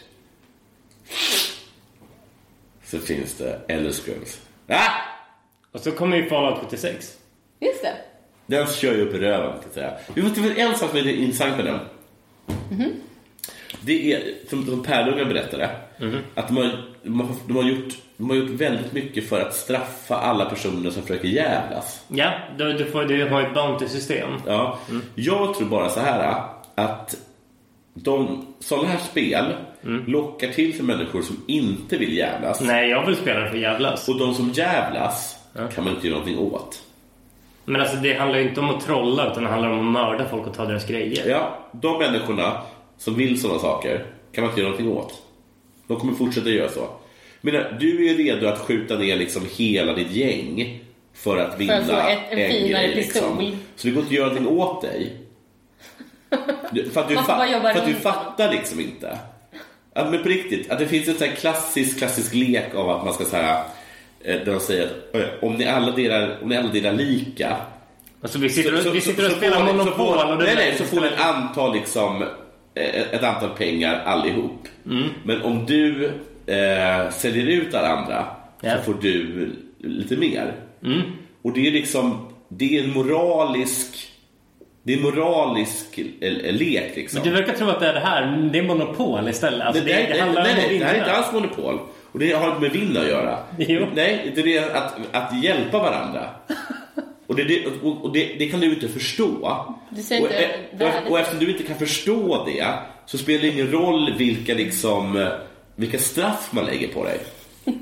så finns det Elder Scrolls. Ah!
Och så kommer ju Fallout 76.
Just det.
Den kör ju upp i röven, kan jag säga. Vi måste väl en sak som är lite intressant med den. Det är, som, som Pärlungen berättade, att de har, de, har, de, har gjort, de har gjort väldigt mycket för att straffa alla personer som försöker jävlas.
Ja, du, du, får, du har ju ett bounty-system.
Ja. Jag tror bara så här att de, sådana här spel lockar till sig människor som inte vill jävlas.
Nej, jag vill spela det för jävlas.
Och de som jävlas kan man inte göra någonting åt.
Men alltså det handlar ju inte om att trolla utan det handlar om att mörda folk och ta deras grejer.
Ja, de människorna som vill sådana saker kan man inte göra någonting åt. De kommer fortsätta göra så. Men eh, du är redo att skjuta ner liksom hela ditt gäng för att vinna
få ett- en finare
grej, liksom.
pistol.
Så det går inte att göra någonting åt dig. Du-
*laughs*
För att du,
Man får bara
fa-
jobba
för att du
runt.
fattar liksom inte. Att, men på riktigt, att det finns en sån här klassisk, klassisk lek av att man ska så här, eh, där de säger att eh, om ni alla delar, om ni alla delar lika
Alltså vi sitter,
så-
och vi
så-
sitter och
så
spelar
får ni- så
Monopol
får-
och det
Nej, nej, så får ni ett antal liksom eh, ett antal pengar allihop.
Mm.
Men om du eh, säljer ut alla andra
Ja. Mm.
så får du lite mer. Och det är liksom det är en moralisk det är en moralisk eh, lek liksom.
Men du verkar tro att det är det här, det är Monopol istället. Alltså, det,
Nej,
det,
nej,
handlar
nej,
om att
nej, det här är inte
vinna.
alls monopol. Och det har inte med vinna att göra.
Jo.
Nej, det är att, att hjälpa varandra.
*laughs*
Och, det, det, och och det, det kan du inte förstå.
Du säger
och,
inte
e- och, och
värdet.
eftersom du inte kan förstå det så spelar det ingen roll vilka, liksom, vilka straff man lägger på dig.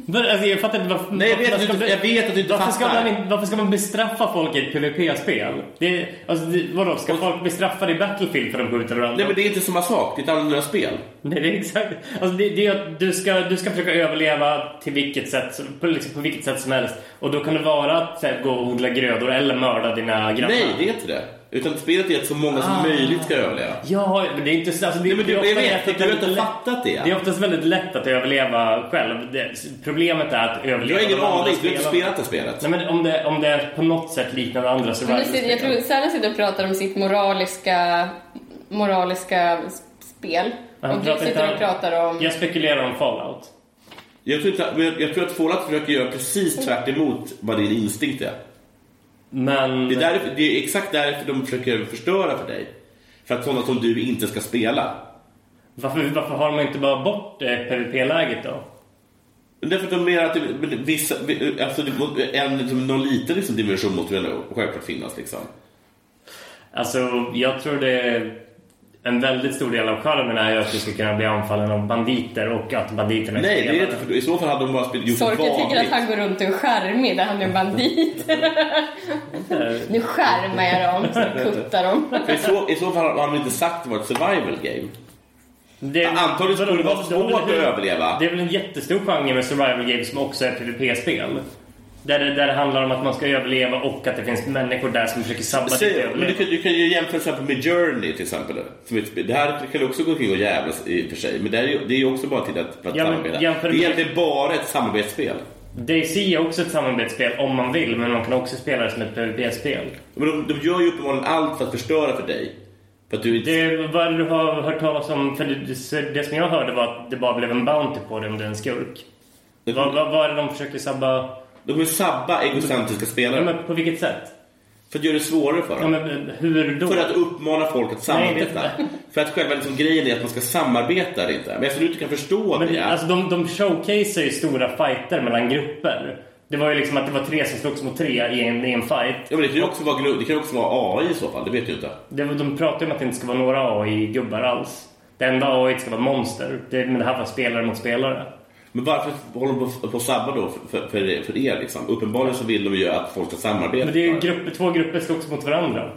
Men, alltså, jag fattar inte varför...
Nej, jag vet
varför
att du
ska
inte- jag vet att du inte
varför ska,
fattar.
man, inte- varför ska man bestraffa folk i ett PVP-spel? Det, alltså, det, vadå, ska folk bestraffa det i Battlefield för att de skjuter varandra?
Nej, men det är inte samma sak. Det är ett annorlunda spel.
Nej, det är exakt. Alltså det, det är att du ska, du ska försöka överleva till vilket sätt, som- på, liksom på vilket sätt som helst. Och då kan det vara att så här, gå och odla grödor eller mörda dina grannar.
Nej, det är inte det. Utan spelet är att så många
Ah.
som möjligt ska överleva.
Ja, men det är inte så... Alltså, det,
Nej, men
det är
du- jag
ofta
vet,
lätt att
du har
det är
inte
lätt-
fattat det.
Det är oftast väldigt lätt att överleva själv. Det, problemet är att överleva...
Jag har ingen
de andra
aning. Du har inte spelat
spelarna.
det spelet.
Nej, men om det, om det är på något sätt liknar andra
Men nu
survival
sitter, jag tror Sally sitter och pratar om sitt moraliska, moraliska s- spel. Och du sitter och pratar om...
Jag spekulerar om Fallout.
Jag tror, inte, men jag, jag tror att Fallout försöker göra precis tvärt emot vad din instinkt är.
Men...
Det är, därför, det är exakt därför de försöker förstöra för dig. För att sådana som du inte ska spela.
Varför, varför har man inte bara bort eh, PVP-läget då?
Men Därför att de menar att det, men vissa, alltså det, må- en, liksom, någon liten liksom, dimension måste väl ändå självklart finnas. Liksom.
Alltså, jag tror det är en väldigt stor del av charmen är ju att du ska kunna bli anfallen av banditer och att banditerna
Nej, det är
spelare.
inte, för i så fall hade de bara spelat, gjort
Sorken tycker att han
vanligt.
går runt och är charmig när han är *laughs* bandit. nu skärmar jag dem, så kuttar dem.
För i, så, I så fall har de inte sagt att det var ett survival game.
Det är-
Antagligen skulle det vara
Vadå, vadå,
svårt
det-
att överleva.
Det är väl en jättestor genre med survival games som också är PVP-spel. Där det, där det handlar om att man ska överleva och att det finns människor där som försöker sabba ditt
Säg, men du,
överlevnad.
kan, du kan ju jämföra till exempel med Journey till exempel. Som ett, det här kan du också gå omkring och jävlas i och för sig. Men det är ju det är ju också bara till att, för att
Ja, men
samarbeta.
jämför
det är
med-
egentligen bara ett samarbetsspel.
DayZ är också ett samarbetsspel om man vill, men man kan också spela det som ett PVP-spel.
Men de, de gör ju uppenbarligen allt för att förstöra för dig. För att du inte...
Det, vad du har hört talas om, för det, det, det som jag hörde var att det bara blev en bounty på det om du är en skurk. Vad, vad, vad är det de försöker sabba?
De vill sabba egocentriska
Ja,
spelare.
men på vilket sätt?
För att göra det svårare för
Ja,
dem.
men hur då?
För att uppmana folk att samarbeta.
Nej, det-
för att själva liksom grejen är att man ska samarbeta eller inte. Men eftersom du inte kan förstå
men,
det.
alltså, de, de showcasear ju stora fighter mellan grupper. Det var ju liksom att det var tre som slogs mot tre i en, i en fight.
Ja, men det kan ju också vara, glu- det kan ju också vara AI i så fall, det vet du inte.
Det, var- de pratade ju om att det inte ska vara några AI-gubbar alls. Det enda AI ska vara monster. Det, men det här var spelare mot spelare.
Men varför håller de på- på att sabba då för, för, för er? Liksom? Uppenbarligen så vill de ju att folk ska samarbeta.
Men det är ju grupper, två grupper slogs mot varandra.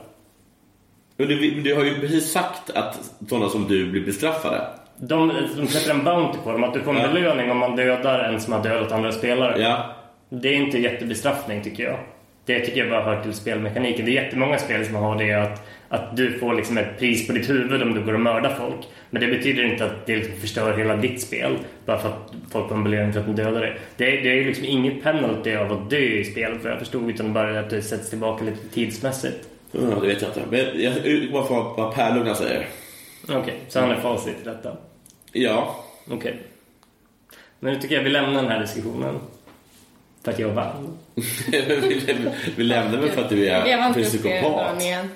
Men du, men du har ju precis sagt att sådana som du blir bestraffade.
De, de sätter en bounty på dem, att du får en
Ja.
belöning om man dödar en som har dödat andra spelare.
Ja.
Det är inte jättebestraffning tycker jag. Det tycker jag bara hör till spelmekaniken. Det är jättemånga spel som har det att, att du får liksom ett pris på ditt huvud om du går och mördar folk. Men det betyder inte att det liksom förstör hela ditt spel bara för att folk får en belöning för att de dödar dig. Det, är- det är ju liksom inget penalty av att dö i spelet vad jag förstod utan bara att det sätts tillbaka lite tidsmässigt.
Mm, det vet jag inte. Men jag utgår bara från vad Pärlunga säger.
Okej, så han är facit i detta.
Ja.
Okej. Men nu tycker jag vi lämnar den här diskussionen. För att jag vann.
*laughs* vi, vi lämnar väl för att du
Jag var
är
inte uppe i
psykopat.
varningen.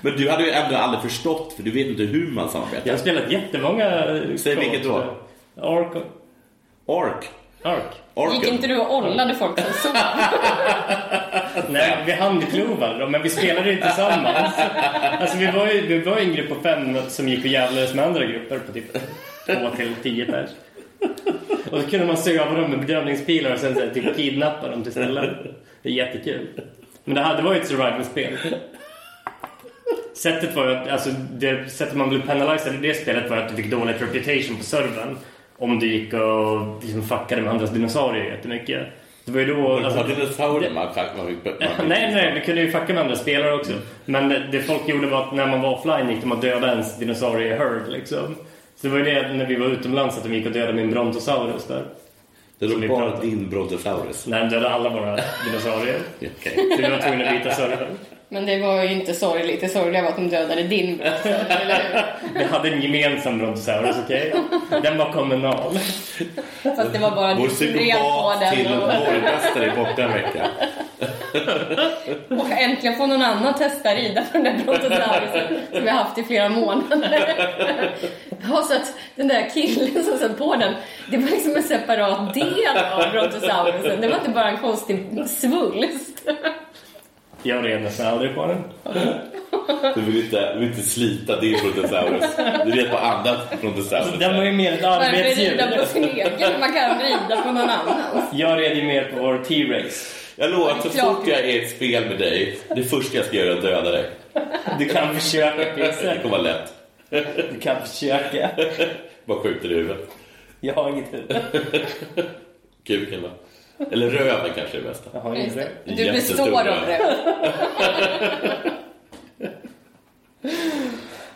Men du hade ju ändå aldrig förstått, för du vet inte hur man samarbetar.
Jag har spelat jättemånga... eh,
Säg vilket då.
Ark.
Ork.
Ark.
Orken.
Gick inte du och ollade folk som sov?
Nej, vi handklovade dem, men vi spelade ju tillsammans. Alltså, vi var ju, vi var ju en grupp på fem som gick och jävlades med andra grupper på typ två till tio pers. Och så kunde man suga av dem med bedövningspilar och sen så här, typ kidnappa dem till ställen. Det är jättekul. Men det, här, det var ju ett survival-spel. Sättet var ju att, alltså det sättet man blev penaliserad i det spelet var att du fick dåligt reputation på servern. Om du gick och liksom fuckade med andras dinosaurier jättemycket. Det var ju då...
Det
alltså-
var dinosaurier man fick. Man fick, man fick.
Nej, nej, vi kunde ju fucka med andra spelare också. Men det, det folk gjorde var att när man var offline gick de och dödade ens dinosaurie herd liksom. Så det var ju det när vi var utomlands att de gick och dödade min brontosaurus där.
Det
vi
låg bara
pratar.
din
*laughs*
brontosaurus.
Nej, de dödade alla våra dinosaurier.
Okej.
Så vi var tvungna att byta server.
Men det var ju inte sorgligt. Det sorgliga var att de dödade
*laughs*
din bror. eller hur?
Vi hade en gemensam brontosaurus, okej? Den var kommunal.
Fast det var bara
Vår
du som vred på
psykopat till
den. Och,
borgmästare är borta en vecka.
och äntligen får någon annan testa rida på den där brontosaurusen som vi har haft i
*laughs*
flera månader. Ja, så att den där killen som satt på den, det var liksom en separat del av brontosaurusen. Det var inte bara en konstig svulst.
Jag red nästan aldrig på den.
Du vill inte, du vill inte slita din brontosaurus. Du vet på annat brontosaurus.
Den var ju mer ett
Varför rida på
arbetsdjur.
sin egen? Man kan rida på någon annans.
Jag red ju mer på vår T-Rex.
Jag lovar att så
Det är klart.
fort jag är i ett spel med dig, det första jag ska göra är att döda dig.
Du kan försöka,
Det
Pisse.
kommer vara lätt.
Du kan försöka.
Bara skjuter i huvudet.
Jag har inget huvud.
Kuken va? Eller röven kanske är det bästa.
Jag har inget huvud.
Du
Jättestora.
består av det.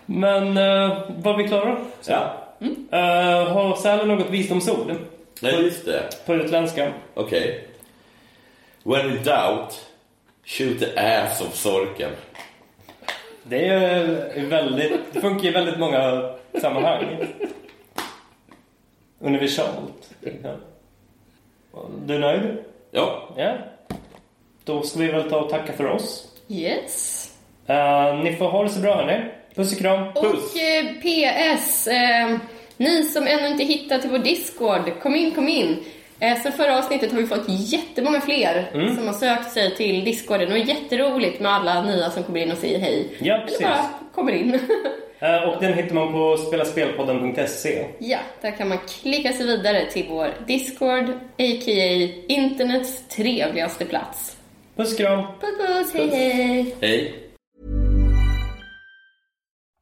Men uh, var vi klara?
Ja.
Uh, har Sälen något visdomsord?
Nej, just det.
På utländska?
Okej. When in doubt, shoot the ass of sorken.
Det är ju väldigt... Det funkar i väldigt många sammanhang. Universalt. Ja. Du är nöjd?
Ja,
Ja. Då ska vi väl ta och tacka för oss.
Yes.
Eh, ni får ha det så bra hörni. Puss och kram.
Och eh, PS, eh, ni som ännu inte hittat till vår Discord, kom in, kom in. Eh, sen förra avsnittet har vi fått jättemånga fler
Mm.
som har sökt sig till Discorden och jätteroligt med alla nya som kommer in och säger hej.
Ja,
Eller
precis.
bara kommer in. *laughs*
Eh, och den hittar man på spelaspelpodden.se.
ja, där kan man klicka sig vidare till vår Discord, a.k.a. internets trevligaste plats.
Puss och kram.
Puss puss, hej hej!
hej.